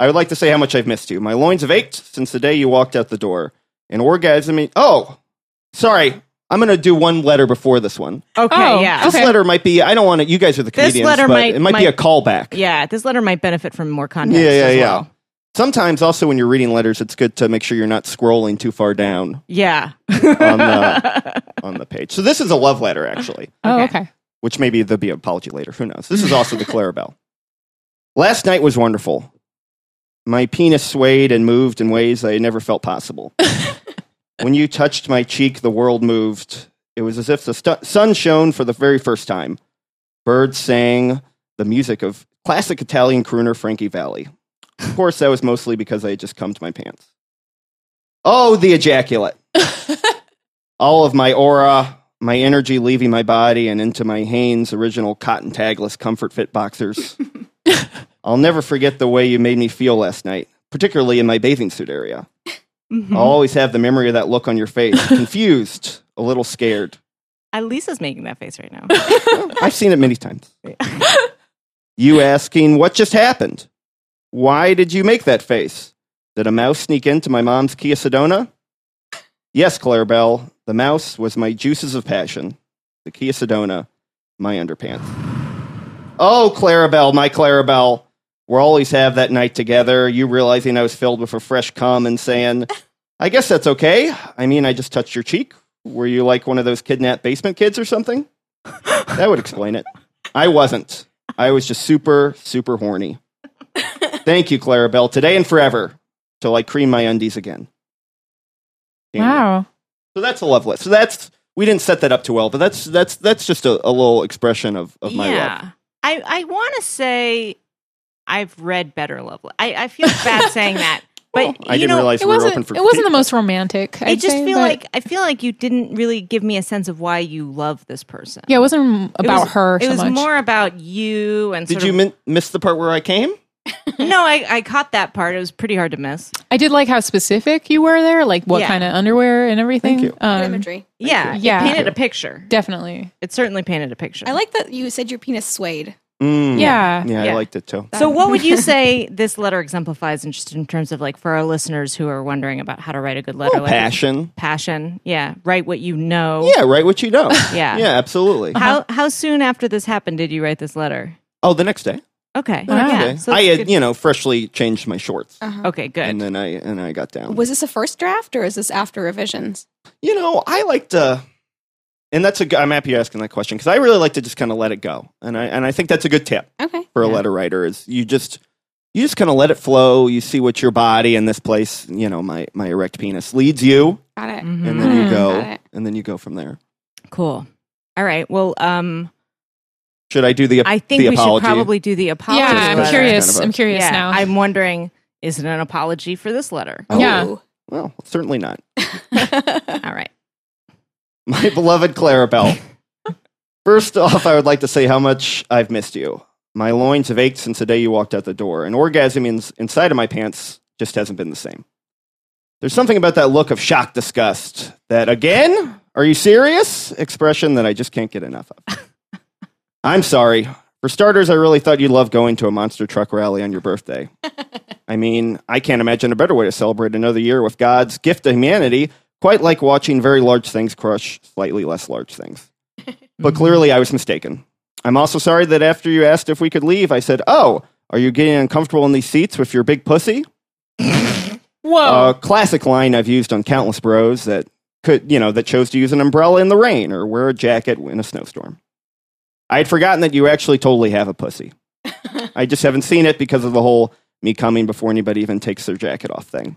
Speaker 9: I would like to say how much I've missed you. My loins have ached since the day you walked out the door. An orgasm. Oh, sorry. I'm going to do one letter before this one.
Speaker 2: Okay.
Speaker 3: Oh,
Speaker 2: yeah.
Speaker 9: This
Speaker 3: Okay.
Speaker 9: letter might be. I don't want to. You guys are the
Speaker 2: This
Speaker 9: comedians.
Speaker 2: letter
Speaker 9: but
Speaker 2: might-
Speaker 9: it might, be a
Speaker 2: might-
Speaker 9: callback.
Speaker 2: Yeah. This letter might benefit from more context.
Speaker 9: Yeah, yeah,
Speaker 2: as
Speaker 9: yeah.
Speaker 2: well.
Speaker 9: Sometimes, also when you're reading letters, it's good to make sure you're not scrolling too far down
Speaker 2: yeah.
Speaker 9: on the on the page. So this is a love letter, actually.
Speaker 3: Oh,
Speaker 2: Okay.
Speaker 3: okay.
Speaker 9: which maybe there'll be an apology later. Who knows? This is also the Clarabelle. Last night was wonderful. My penis swayed and moved in ways I had never felt possible. when you touched my cheek, the world moved. It was as if the stu- sun shone for the very first time. Birds sang the music of classic Italian crooner Frankie Valli. Of course, that was mostly because I had just come to my pants. Oh, the ejaculate all of my aura, my energy leaving my body and into my Hanes original cotton tagless comfort fit boxers. I'll never forget the way you made me feel last night, particularly in my bathing suit area.
Speaker 3: Mm-hmm.
Speaker 2: Mm-hmm.
Speaker 9: I'll always have the memory of that look on your face, confused, a little scared.
Speaker 2: Uh, Lisa's making that face right now.
Speaker 9: I've seen it many times. you asking what just happened? Why did you make that face? Did a mouse sneak into my mom's Kia Sedona? Yes, Clarabelle. The mouse was my juices of passion. The Kia Sedona, my underpants. Oh, Clarabelle, my Clarabelle. We'll always have that night together. You realizing I was filled with a fresh cum and saying, I guess that's okay. I mean, I just touched your cheek. Were you like one of those kidnapped basement kids or something? That would explain it. I wasn't. I was just super, super horny. Thank you, Clarabelle, today and forever, till I cream my undies again. Damn it.
Speaker 3: Wow.
Speaker 9: So that's a love list. So that's we didn't set that up too well, but that's that's that's just a, a little expression of, of my
Speaker 2: yeah.
Speaker 9: love.
Speaker 2: I I want to say I've read better love. le- I I feel bad saying that, but
Speaker 9: Well, I
Speaker 2: you
Speaker 9: didn't
Speaker 2: know.
Speaker 9: realize
Speaker 3: It
Speaker 9: we were open
Speaker 3: wasn't.
Speaker 9: for
Speaker 3: It wasn't the
Speaker 9: critique.
Speaker 3: most romantic.
Speaker 2: I
Speaker 3: I'd
Speaker 2: just
Speaker 3: say,
Speaker 2: feel
Speaker 3: but-
Speaker 2: like I feel like you didn't really give me a sense of why you love this person.
Speaker 3: Yeah, it wasn't
Speaker 2: It
Speaker 3: about
Speaker 2: was-
Speaker 3: her.
Speaker 2: It
Speaker 3: so
Speaker 2: was
Speaker 3: much.
Speaker 2: more about you and.
Speaker 9: Did
Speaker 2: sort
Speaker 9: you
Speaker 2: of-
Speaker 9: min- miss the part where I came?
Speaker 2: No, I, I caught that part. It was pretty hard to miss.
Speaker 3: I did like how specific you were there, like what
Speaker 2: Yeah.
Speaker 3: kind of underwear and everything.
Speaker 9: Thank you.
Speaker 7: Good
Speaker 3: Um,
Speaker 7: imagery.
Speaker 2: yeah,
Speaker 3: you.
Speaker 2: it
Speaker 3: Yeah.
Speaker 2: painted a picture.
Speaker 3: definitely.
Speaker 2: It certainly painted a picture.
Speaker 7: I like that you said your penis swayed.
Speaker 9: Mm.
Speaker 3: Yeah.
Speaker 9: yeah,
Speaker 2: Yeah.
Speaker 9: I liked it too.
Speaker 2: So, what would you say this letter exemplifies, in just in terms of like for our listeners who are wondering about how to write a good letter?
Speaker 9: Oh,
Speaker 2: like
Speaker 9: passion.
Speaker 2: passion. Yeah, write what you know.
Speaker 9: Yeah, Uh-huh. right. What you know.
Speaker 2: Yeah.
Speaker 9: yeah, absolutely.
Speaker 2: How how soon after this happened did you write this letter?
Speaker 9: Oh, the next day.
Speaker 2: Okay.
Speaker 9: The next
Speaker 2: Oh, Yeah.
Speaker 9: day.
Speaker 2: So
Speaker 9: Oh, I
Speaker 2: it's
Speaker 9: had
Speaker 2: good-
Speaker 9: you know freshly changed my shorts,
Speaker 2: Okay. Good.
Speaker 9: and uh, then I and I got down.
Speaker 7: Was this a first draft or is this after revisions?
Speaker 9: You know, I like to, and that's a. g- I'm happy you're asking that question because I really like to just kind of let it go, and I and I think that's a good tip
Speaker 7: Okay.
Speaker 9: for a letter writer is you just you just kind of let it flow. You see what your body in this place, you know, my, my erect penis leads you,
Speaker 10: Got it.
Speaker 2: Mm-hmm.
Speaker 9: and then you
Speaker 3: Mm,
Speaker 10: Mm-hmm. got
Speaker 9: go,
Speaker 10: it.
Speaker 9: and then you go from there.
Speaker 2: Cool. All right. Well, um,
Speaker 9: Should I do the?
Speaker 2: I think
Speaker 9: the
Speaker 2: we
Speaker 9: apology?
Speaker 2: should probably do the apology.
Speaker 3: yeah,
Speaker 9: Apologies,
Speaker 3: I'm
Speaker 9: but-
Speaker 2: letter.
Speaker 3: curious.
Speaker 9: Kind of a-
Speaker 3: I'm curious
Speaker 2: Yeah,
Speaker 3: now.
Speaker 2: I'm wondering, is it an apology for this letter?
Speaker 9: Oh,
Speaker 3: Yeah.
Speaker 9: Well, certainly not.
Speaker 2: All right.
Speaker 9: my beloved Clarabelle. First off, I would like to say how much I've missed you. My loins have ached since the day you walked out the door, and orgasm in, inside of my pants just hasn't been the same. There's something about that look of shock disgust that, again, are you serious? expression that I just can't get enough of. I'm sorry. For starters, I really thought you loved going to a monster truck rally on your birthday. I mean, I can't imagine a better way to celebrate another year with God's gift to humanity, quite like watching very large things crush slightly less large things. But clearly, I was mistaken. I'm also sorry that after you asked if we could leave, I said, Oh, are you getting uncomfortable in these seats with your big pussy?
Speaker 3: Whoa.
Speaker 9: A classic line I've used on countless bros that could, you know, that chose to use an umbrella in the rain or wear a jacket in a snowstorm. I had forgotten that you actually totally have a pussy. I just haven't seen it because of the whole me coming before anybody even takes their jacket off thing.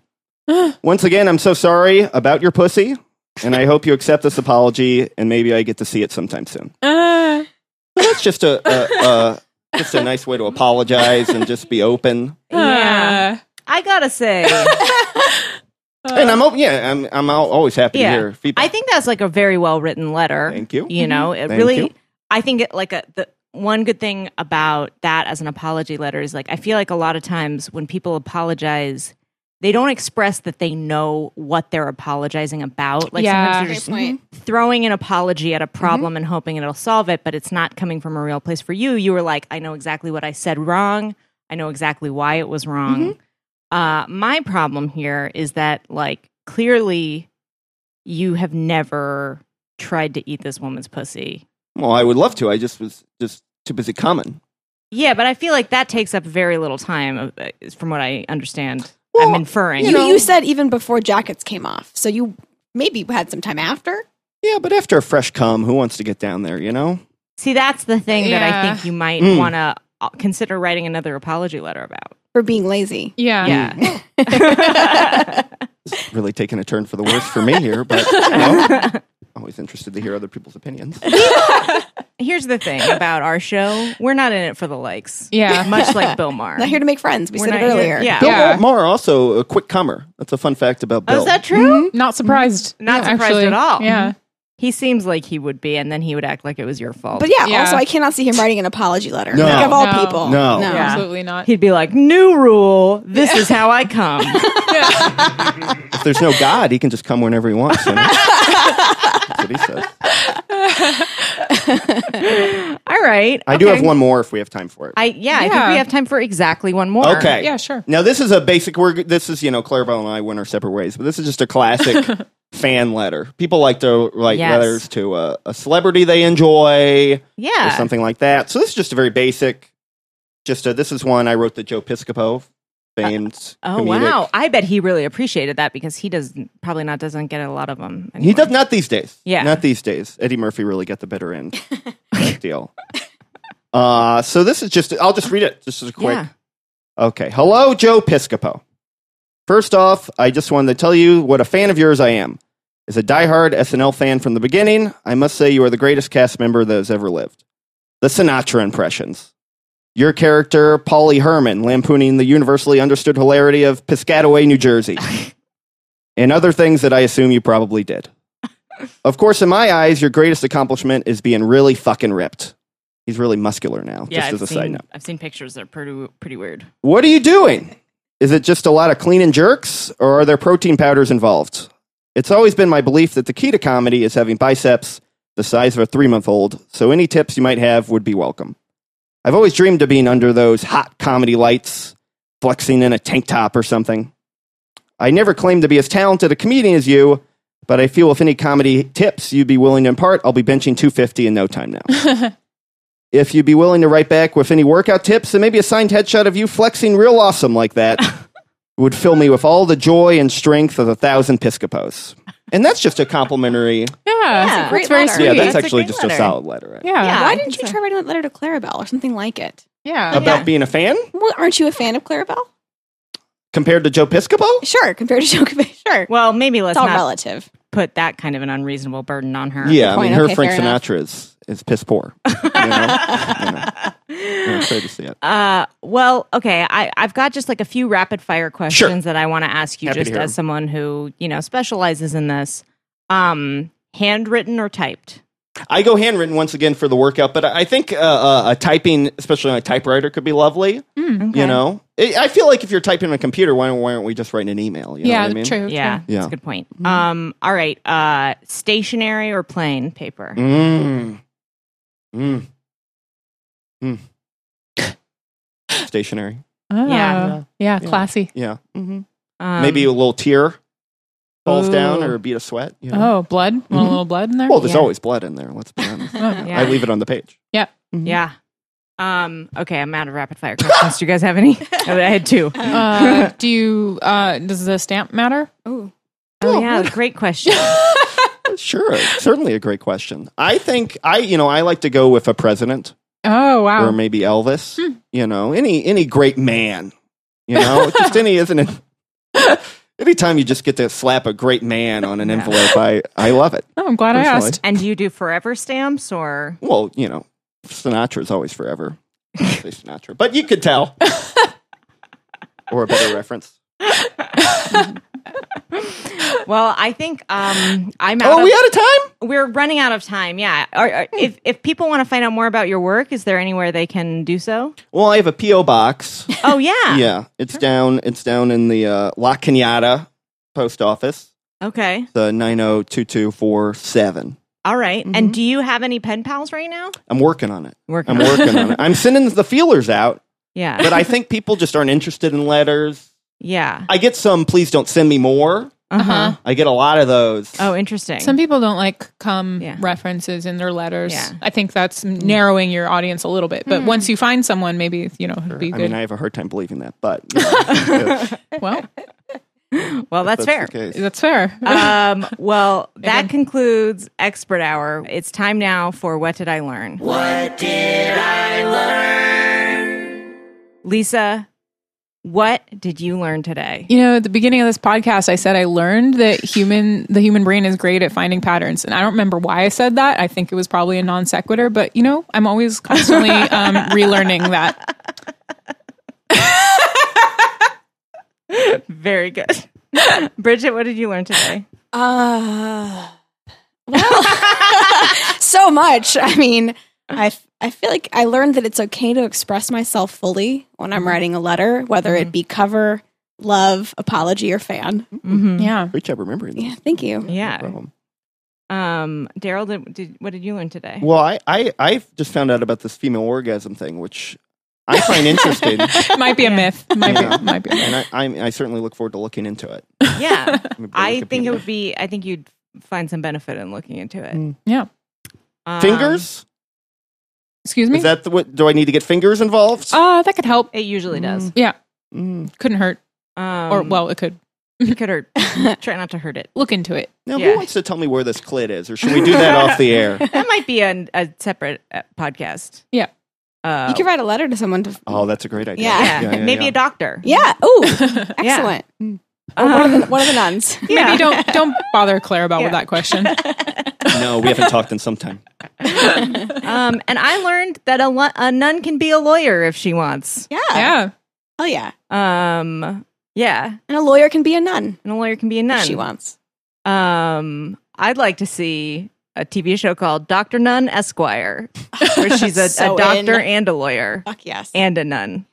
Speaker 9: Once again, I'm so sorry about your pussy, and I hope you accept this apology, and maybe I get to see it sometime soon.
Speaker 3: Uh,
Speaker 9: That's just a, a, a just a nice way to apologize and just be open.
Speaker 3: uh,
Speaker 2: Yeah.
Speaker 3: yeah.
Speaker 2: I gotta say,
Speaker 9: And I'm open. Yeah, I'm I'm al- always happy
Speaker 2: Yeah.
Speaker 9: to hear feedback.
Speaker 2: I think that's like a very well written letter.
Speaker 9: Thank you.
Speaker 2: You know, it
Speaker 9: Thank
Speaker 2: really.
Speaker 9: you.
Speaker 2: I think it like a the one good thing about that as an apology letter is like I feel like a lot of times when people apologize, they don't express that they know what they're apologizing about. Like
Speaker 3: Yeah.
Speaker 2: sometimes they're just throwing an apology at a problem and hoping it'll solve it, but it's not coming from a real place for you. You were like, I know exactly what I said wrong. I know exactly why it was wrong. Uh, my problem here is that, like, clearly you have never tried to eat this woman's pussy.
Speaker 9: Well, I would love to. I just was just too busy coming.
Speaker 2: Yeah, but I feel like that takes up very little time, of- uh, from what I understand. I'm
Speaker 9: Well,
Speaker 2: inferring.
Speaker 7: You, you said even before jackets came off, so you maybe had some time after.
Speaker 9: Yeah, but after a fresh cum, who wants to get down there? You know.
Speaker 2: See, that's the thing that I
Speaker 3: Yeah.
Speaker 2: think you might
Speaker 9: Mm.
Speaker 2: want to consider writing another apology letter about.
Speaker 7: For being lazy.
Speaker 3: yeah.
Speaker 9: Mm-hmm.
Speaker 2: Yeah.
Speaker 9: really taking a turn for the worse for me here, but you know, always interested to hear other people's opinions.
Speaker 2: Here's the thing about our show: we're not in it for the likes.
Speaker 3: Yeah.
Speaker 2: much like Bill Maher.
Speaker 7: Not here to make friends. We
Speaker 2: We're
Speaker 7: said it
Speaker 2: not here-
Speaker 7: earlier.
Speaker 2: Yeah.
Speaker 9: Bill
Speaker 3: Yeah.
Speaker 9: Maher also a quick comer. That's a fun fact about Bill.
Speaker 2: Oh, is that true?
Speaker 7: Mm-hmm.
Speaker 3: Not surprised.
Speaker 2: Not
Speaker 3: Yeah,
Speaker 2: surprised
Speaker 3: actually.
Speaker 2: at all. Mm-hmm.
Speaker 3: Yeah.
Speaker 2: He seems like he would be, and then he would act like it was your fault.
Speaker 7: But yeah,
Speaker 3: Yeah.
Speaker 7: also I cannot see him writing an apology letter.
Speaker 9: No.
Speaker 7: Like of all
Speaker 3: No.
Speaker 7: people.
Speaker 9: No.
Speaker 7: No.
Speaker 2: Yeah.
Speaker 3: Absolutely not.
Speaker 2: He'd be like, "New rule: This is how I come."
Speaker 9: If there's no God, he can just come whenever he wants. You know? That's what he says.
Speaker 2: All right.
Speaker 9: I do
Speaker 2: okay.
Speaker 9: have one more if we have time for it.
Speaker 2: I yeah, I think
Speaker 3: Yeah.
Speaker 2: we have time for exactly one more.
Speaker 9: okay.
Speaker 3: Yeah, sure.
Speaker 9: Now this is a basic. We're this is you know Clarabelle and I went our separate ways, but this is just a classic fan letter. People like to write
Speaker 2: Yes.
Speaker 9: letters to a, a celebrity they enjoy. or
Speaker 2: Yeah.
Speaker 9: something like that. So this is just a very basic. Just a, this is one I wrote to Joe Piscopo, famed.
Speaker 2: Uh, Oh
Speaker 9: comedic-
Speaker 2: wow! I bet he really appreciated that because he does probably not doesn't get a lot of them.
Speaker 9: He does not these days.
Speaker 2: Yeah.
Speaker 9: not these days. Eddie Murphy really got the better end Big deal. Uh, so this is just. I'll just read it. Just as a quick.
Speaker 2: Yeah.
Speaker 9: Okay. Hello, Joe Piscopo. First off, I just wanted to tell you what a fan of yours I am. As a diehard SNL fan from the beginning, I must say you are the greatest cast member that has ever lived. The Sinatra impressions. Your character, Polly Herman, lampooning the universally understood hilarity of Piscataway, New Jersey, and other things that I assume you probably did. Of course, in my eyes, your greatest accomplishment is being really fucking ripped. He's really muscular now,
Speaker 2: Yeah,
Speaker 9: just
Speaker 2: I've
Speaker 9: as a
Speaker 2: seen
Speaker 9: side note.
Speaker 2: I've seen pictures. They're pretty pretty weird.
Speaker 9: What are you doing? Is it just a lot of clean and jerks, or are there protein powders involved? It's always been my belief that the key to comedy is having biceps the size of a three month old, so any tips you might have would be welcome. I've always dreamed of being under those hot comedy lights, flexing in a tank top or something. I never claimed to be as talented a comedian as you, but I feel if any comedy tips you'd be willing to impart, I'll be benching 250 in no time now if you'd be willing to write back with any workout tips and maybe a signed headshot of you flexing real awesome like that would fill me with all the joy and strength of a thousand piscopos and that's just a complimentary
Speaker 3: Yeah.
Speaker 2: Yeah.
Speaker 3: That's,
Speaker 7: Great
Speaker 3: very
Speaker 7: letter.
Speaker 3: sweet.
Speaker 9: yeah
Speaker 3: Yeah.
Speaker 9: that's,
Speaker 2: That's a
Speaker 9: actually
Speaker 2: great
Speaker 9: just a
Speaker 2: letter.
Speaker 9: solid letter right?
Speaker 2: Yeah.
Speaker 7: Why didn't you try writing a letter to Clarabelle or something like it?
Speaker 3: Yeah.
Speaker 9: about being a fan
Speaker 7: Well, aren't you a fan of Clarabelle?
Speaker 9: compared to Joe Piscopo?
Speaker 7: Sure, compared to Djokovic. Sure.
Speaker 2: Well, maybe
Speaker 7: it's
Speaker 2: let's
Speaker 7: all
Speaker 2: not
Speaker 7: relative.
Speaker 2: put that kind of an unreasonable burden on her.
Speaker 9: Yeah, I mean,
Speaker 7: point.
Speaker 9: her
Speaker 7: Okay,
Speaker 9: Frank
Speaker 7: fair enough.
Speaker 9: Sinatra is, is piss poor. You know? You know? Yeah, sorry to see it.
Speaker 2: Uh, well, okay. I, I've got just like a few rapid fire questions that I want to ask you
Speaker 9: Happy to
Speaker 2: just
Speaker 9: hear
Speaker 2: as
Speaker 9: them.
Speaker 2: someone who, you know, specializes in this. Um, handwritten or typed?
Speaker 9: I go handwritten once again for the workout, but I I think uh, uh, a typing, especially on a typewriter, could be lovely. You know, I I feel like if you're typing on a computer, why, why aren't we just writing an email? You know
Speaker 3: yeah.
Speaker 9: what I mean?
Speaker 2: Yeah,
Speaker 3: True.
Speaker 9: Yeah.
Speaker 2: that's a good point. Um, all right. Uh, stationary or plain paper?
Speaker 9: Mm. Mm. Mm. Stationary.
Speaker 3: True. Oh.
Speaker 2: Yeah.
Speaker 3: Yeah. Classy.
Speaker 9: Yeah. Mm-hmm.
Speaker 2: Um,
Speaker 9: Maybe a little tear falls
Speaker 3: Ooh.
Speaker 9: down or a beat of sweat. You know?
Speaker 3: Oh, blood. Want a little blood in there.
Speaker 9: Well, there's
Speaker 2: yeah.
Speaker 9: always blood in there. Let's be honest.
Speaker 3: Oh.
Speaker 2: Yeah.
Speaker 9: I leave it on the page.
Speaker 2: Yeah. Um, okay, I'm out of rapid fire questions. Do you guys have any? Oh, I had two.
Speaker 3: Uh, do you? Uh, does the stamp matter?
Speaker 7: Ooh.
Speaker 2: Oh, yeah, great question.
Speaker 9: Sure, certainly a great question. I think I, you know, I like to go with a president
Speaker 3: Oh
Speaker 9: or
Speaker 3: wow.
Speaker 9: maybe Elvis.
Speaker 2: Hmm.
Speaker 9: You know, any any great man. You know, just any isn't it? Anytime you just get to slap a great man on an envelope, I I love it.
Speaker 3: Oh, I'm glad I
Speaker 9: personally.
Speaker 3: asked.
Speaker 2: And do you do forever stamps or?
Speaker 9: Well, you know, Sinatra's always forever. Obviously Sinatra, but you could tell. or a better reference.
Speaker 2: Well, I think um, I'm out.
Speaker 9: Oh,
Speaker 2: of,
Speaker 9: are we out of time?
Speaker 2: we're running out of time. Yeah. Are, are, if if people want to find out more about your work, is there anywhere they can do so?
Speaker 9: Well, I have a PO box.
Speaker 2: Oh yeah.
Speaker 9: yeah, it's down. It's down in the uh, La Cunada post office.
Speaker 2: Okay.
Speaker 9: the 902247.
Speaker 2: All right. And do you have any pen pals right now?
Speaker 9: I'm working on it.
Speaker 2: Working.
Speaker 9: I'm working on it. I'm sending the feelers out,
Speaker 2: yeah.
Speaker 9: but I think people just aren't interested in letters.
Speaker 2: yeah.
Speaker 9: I get some, please don't send me more.
Speaker 2: Uh huh.
Speaker 9: I get a lot of those.
Speaker 2: Oh, interesting.
Speaker 3: Uh-huh. Some people don't like come
Speaker 2: Yeah.
Speaker 3: references in their letters.
Speaker 2: Yeah.
Speaker 3: I think that's narrowing your audience a little bit. But once you find someone, maybe you know it'd be
Speaker 9: I
Speaker 3: good.
Speaker 9: mean, I have a hard time believing that, but you know, if
Speaker 3: well,
Speaker 2: well, that's,
Speaker 9: the
Speaker 2: fair.
Speaker 9: case.
Speaker 3: that's fair.
Speaker 2: um, well, that concludes Expert Hour. It's time now for What Did I Learn? What did I learn? Lisa, what did you learn today?
Speaker 3: you know, at the beginning of this podcast, I said I learned that human the human brain is great at finding patterns, and I don't remember why I said that. I think it was probably a non sequitur, but you know, I'm always constantly um, relearning that.
Speaker 2: Very good. Bridget, what did you learn today?
Speaker 7: Uh, well, so much. I mean, I, f- I feel like I learned that it's okay to express myself fully when I'm writing a letter, whether it be cover, love, apology, or fan.
Speaker 9: Mm-hmm.
Speaker 3: Yeah,
Speaker 9: Great job remembering
Speaker 7: Yeah,
Speaker 9: these.
Speaker 7: thank you.
Speaker 2: Yeah.
Speaker 9: problem.
Speaker 2: Um, Daryl, did, did, what did you learn today?
Speaker 9: Well, I, I, I just found out about this female orgasm thing, which I find interesting.
Speaker 3: might be a myth. Might
Speaker 9: Yeah.
Speaker 3: be, might be. A myth.
Speaker 9: and I, I'm- I certainly look forward to looking into it.
Speaker 2: Yeah.
Speaker 9: Maybe
Speaker 2: I
Speaker 9: Wikipedia.
Speaker 2: think it would be, I think you'd find some benefit in looking into it.
Speaker 3: Yeah.
Speaker 2: Um,
Speaker 9: Mm. Fingers?
Speaker 3: Excuse me.
Speaker 9: Is that the, what? Do I need to get fingers involved?
Speaker 2: Oh,
Speaker 3: uh, that could help.
Speaker 2: It usually does.
Speaker 3: Yeah,
Speaker 9: Mm.
Speaker 3: couldn't hurt,
Speaker 2: Um,
Speaker 3: or well, it could.
Speaker 2: it could hurt. Try not to hurt it.
Speaker 3: Look into it.
Speaker 9: Now,
Speaker 2: Yeah.
Speaker 9: who wants to tell me where this clit is, or should we do that off the air?
Speaker 2: that might be an, a separate uh, podcast.
Speaker 3: Yeah.
Speaker 2: Uh,
Speaker 7: You can write a letter to someone to.
Speaker 9: Oh, that's a great idea.
Speaker 7: Yeah.
Speaker 2: yeah. maybe a doctor.
Speaker 7: Yeah. Ooh, excellent. Or one, of the, one of the nuns.
Speaker 2: Yeah.
Speaker 3: Maybe don't don't bother Claire about
Speaker 2: Yeah.
Speaker 3: with that question.
Speaker 9: a- no, we haven't talked in some time.
Speaker 2: Um, and I learned that a, lo- a nun can be a lawyer if she wants.
Speaker 7: Yeah.
Speaker 3: yeah.
Speaker 7: Hell yeah.
Speaker 2: Um, yeah,
Speaker 7: And a lawyer can be a nun
Speaker 2: and a lawyer can be a nun.
Speaker 7: if she wants.
Speaker 2: Um, I'd like to see a TV show called Doctor Nun Esquire, where she's a,
Speaker 7: So
Speaker 2: a doctor
Speaker 7: in.
Speaker 2: and a lawyer
Speaker 7: Fuck yes.
Speaker 2: and a nun.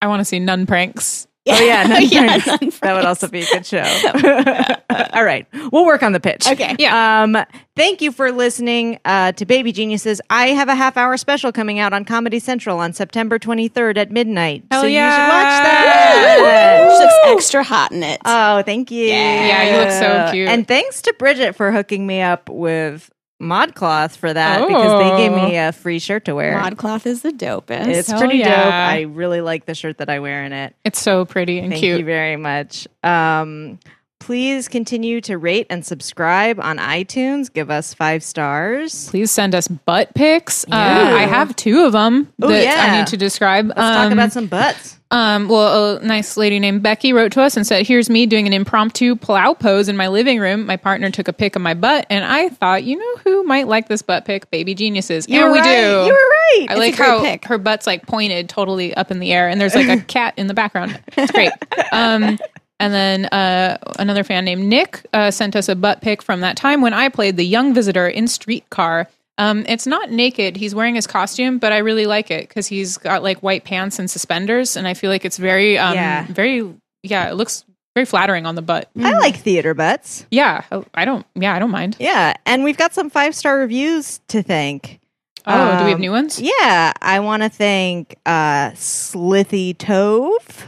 Speaker 3: I want to see nun pranks.
Speaker 2: Oh yeah, nun
Speaker 7: Yeah,
Speaker 2: pranks.
Speaker 7: nun
Speaker 2: that would
Speaker 7: pranks.
Speaker 2: also be a good show. All right, we'll work on the pitch.
Speaker 7: Okay.
Speaker 2: Yeah. Um, thank you for listening uh, to Baby Geniuses. I have a half hour special coming out on Comedy Central on September 23rd at midnight.
Speaker 3: Hell
Speaker 2: so you should
Speaker 3: yeah.
Speaker 2: watch
Speaker 7: She
Speaker 2: that.
Speaker 7: looks extra hot in it.
Speaker 2: Oh, thank you.
Speaker 3: Yeah, you look so cute.
Speaker 2: And thanks to Bridget for hooking me up with ModCloth for that because
Speaker 3: Oh.
Speaker 2: they gave me a free shirt to wear.
Speaker 7: Modcloth is the dopest.
Speaker 2: it's
Speaker 3: Hell
Speaker 2: pretty
Speaker 3: yeah.
Speaker 2: dope. I really like the shirt that I wear in it.
Speaker 3: It's so pretty and
Speaker 2: Thank
Speaker 3: cute.
Speaker 2: you very much. Um, Please continue to rate and subscribe on iTunes. Give us five stars.
Speaker 3: Please send us butt pics. Uh, I have two of them
Speaker 2: Ooh,
Speaker 3: that
Speaker 2: yeah.
Speaker 3: I need to describe.
Speaker 2: Let's talk about some butts.
Speaker 3: Um, well, a nice lady named Becky wrote to us and said, "Here's me doing an impromptu plow pose in my living room. My partner took a pic of my butt, and I thought, you know who might like this butt pic? Baby geniuses.
Speaker 2: were
Speaker 3: and we
Speaker 2: right.
Speaker 3: do.
Speaker 2: You were right. It's
Speaker 3: I
Speaker 2: a
Speaker 3: like
Speaker 2: great
Speaker 3: how
Speaker 2: pic.
Speaker 3: her butt's like pointed totally up in the air, and there's like a cat in the background. It's great. Um, and then uh, another fan named Nick uh, sent us a butt pic from that time when I played the young visitor in Streetcar. Um, it's not naked. He's wearing his costume, but I really like it because he's got like white pants and suspenders, and I feel like it's very, um,
Speaker 2: Yeah.
Speaker 3: very, yeah, it looks very flattering on the butt.
Speaker 2: I like theater butts.
Speaker 3: Yeah, I- I don't. Yeah, I don't mind.
Speaker 2: Yeah, and we've got some five star reviews to thank.
Speaker 3: Oh, do we have
Speaker 2: Um,
Speaker 3: new ones?
Speaker 2: Yeah, I want to thank uh, Slithy Tove,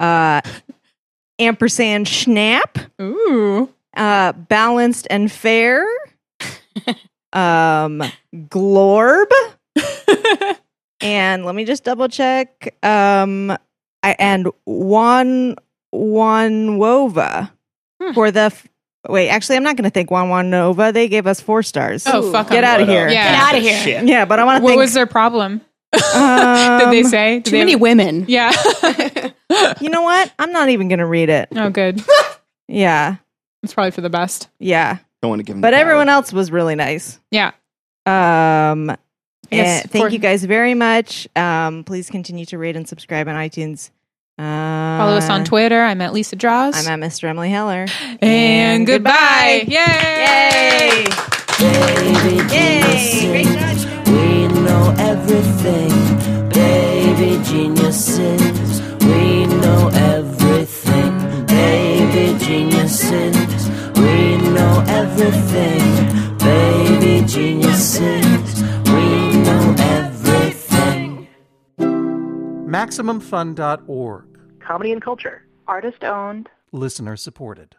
Speaker 2: uh, ampersand Schnapp,
Speaker 3: Ooh,
Speaker 2: uh, Balanced and Fair, um, Glorb, and let me just double check. Um, I, and Juan Juan Wova
Speaker 3: Hmm.
Speaker 2: for the. F- Wait, actually, I'm not going to thank Juan Juan Nova. They gave us four stars.
Speaker 3: oh fuck!
Speaker 2: Get
Speaker 3: 'em.
Speaker 2: out of here.
Speaker 3: Yeah.
Speaker 7: Get out of here.
Speaker 2: Yeah, but I want to
Speaker 3: What
Speaker 2: thank.
Speaker 3: was their problem?
Speaker 2: um,
Speaker 3: Did they say? Did
Speaker 7: Too
Speaker 3: they
Speaker 7: many women.
Speaker 3: Yeah.
Speaker 2: You know what? I'm not even going to read it.
Speaker 3: oh, good.
Speaker 2: Yeah.
Speaker 3: It's probably for the best.
Speaker 2: Yeah.
Speaker 9: Don't want to give him.
Speaker 2: But
Speaker 9: the power.
Speaker 2: everyone else was really nice.
Speaker 3: Yeah.
Speaker 2: Um,
Speaker 3: Yes,
Speaker 2: and thank
Speaker 3: for-
Speaker 2: you guys very much. Um, please continue to rate and subscribe on iTunes. Uh,
Speaker 3: Follow us on Twitter. I'm at Lisa Draws.
Speaker 2: I'm at Mr. Emily Heller.
Speaker 3: and, goodbye. Yay.
Speaker 2: Yay!
Speaker 8: Baby
Speaker 2: Yay! Great job.
Speaker 8: We know everything, baby geniuses. We know everything, baby geniuses. We know everything, baby geniuses. We know everything.
Speaker 10: MaximumFun.org.
Speaker 11: comedy and culture. Artist owned.
Speaker 10: Listener supported.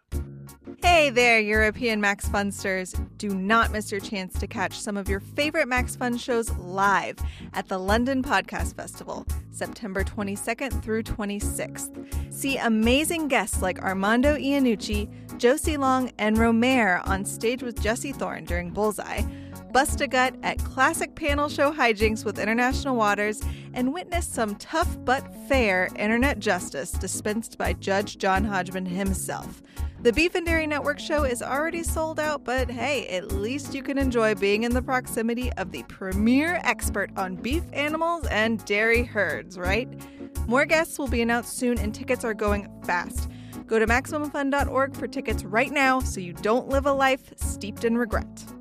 Speaker 12: Hey there, European Max Funsters. Do not miss your chance to catch some of your favorite Max Fun shows live at the London Podcast Festival, September 22nd through 26th. See amazing guests like Armando Iannucci, Josie Long, and Romare on stage with Jesse Thorne during Bullseye, bust a gut at classic panel show hijinks with International Waters, and witness some tough but fair internet justice dispensed by Judge John Hodgman himself. The Beef and Dairy Network show is already sold out, but hey, at least you can enjoy being in the proximity of the premier expert on beef animals and dairy herds, right? More guests will be announced soon, and tickets are going fast. Go to MaximumFun.org for tickets right now so you don't live a life steeped in regret.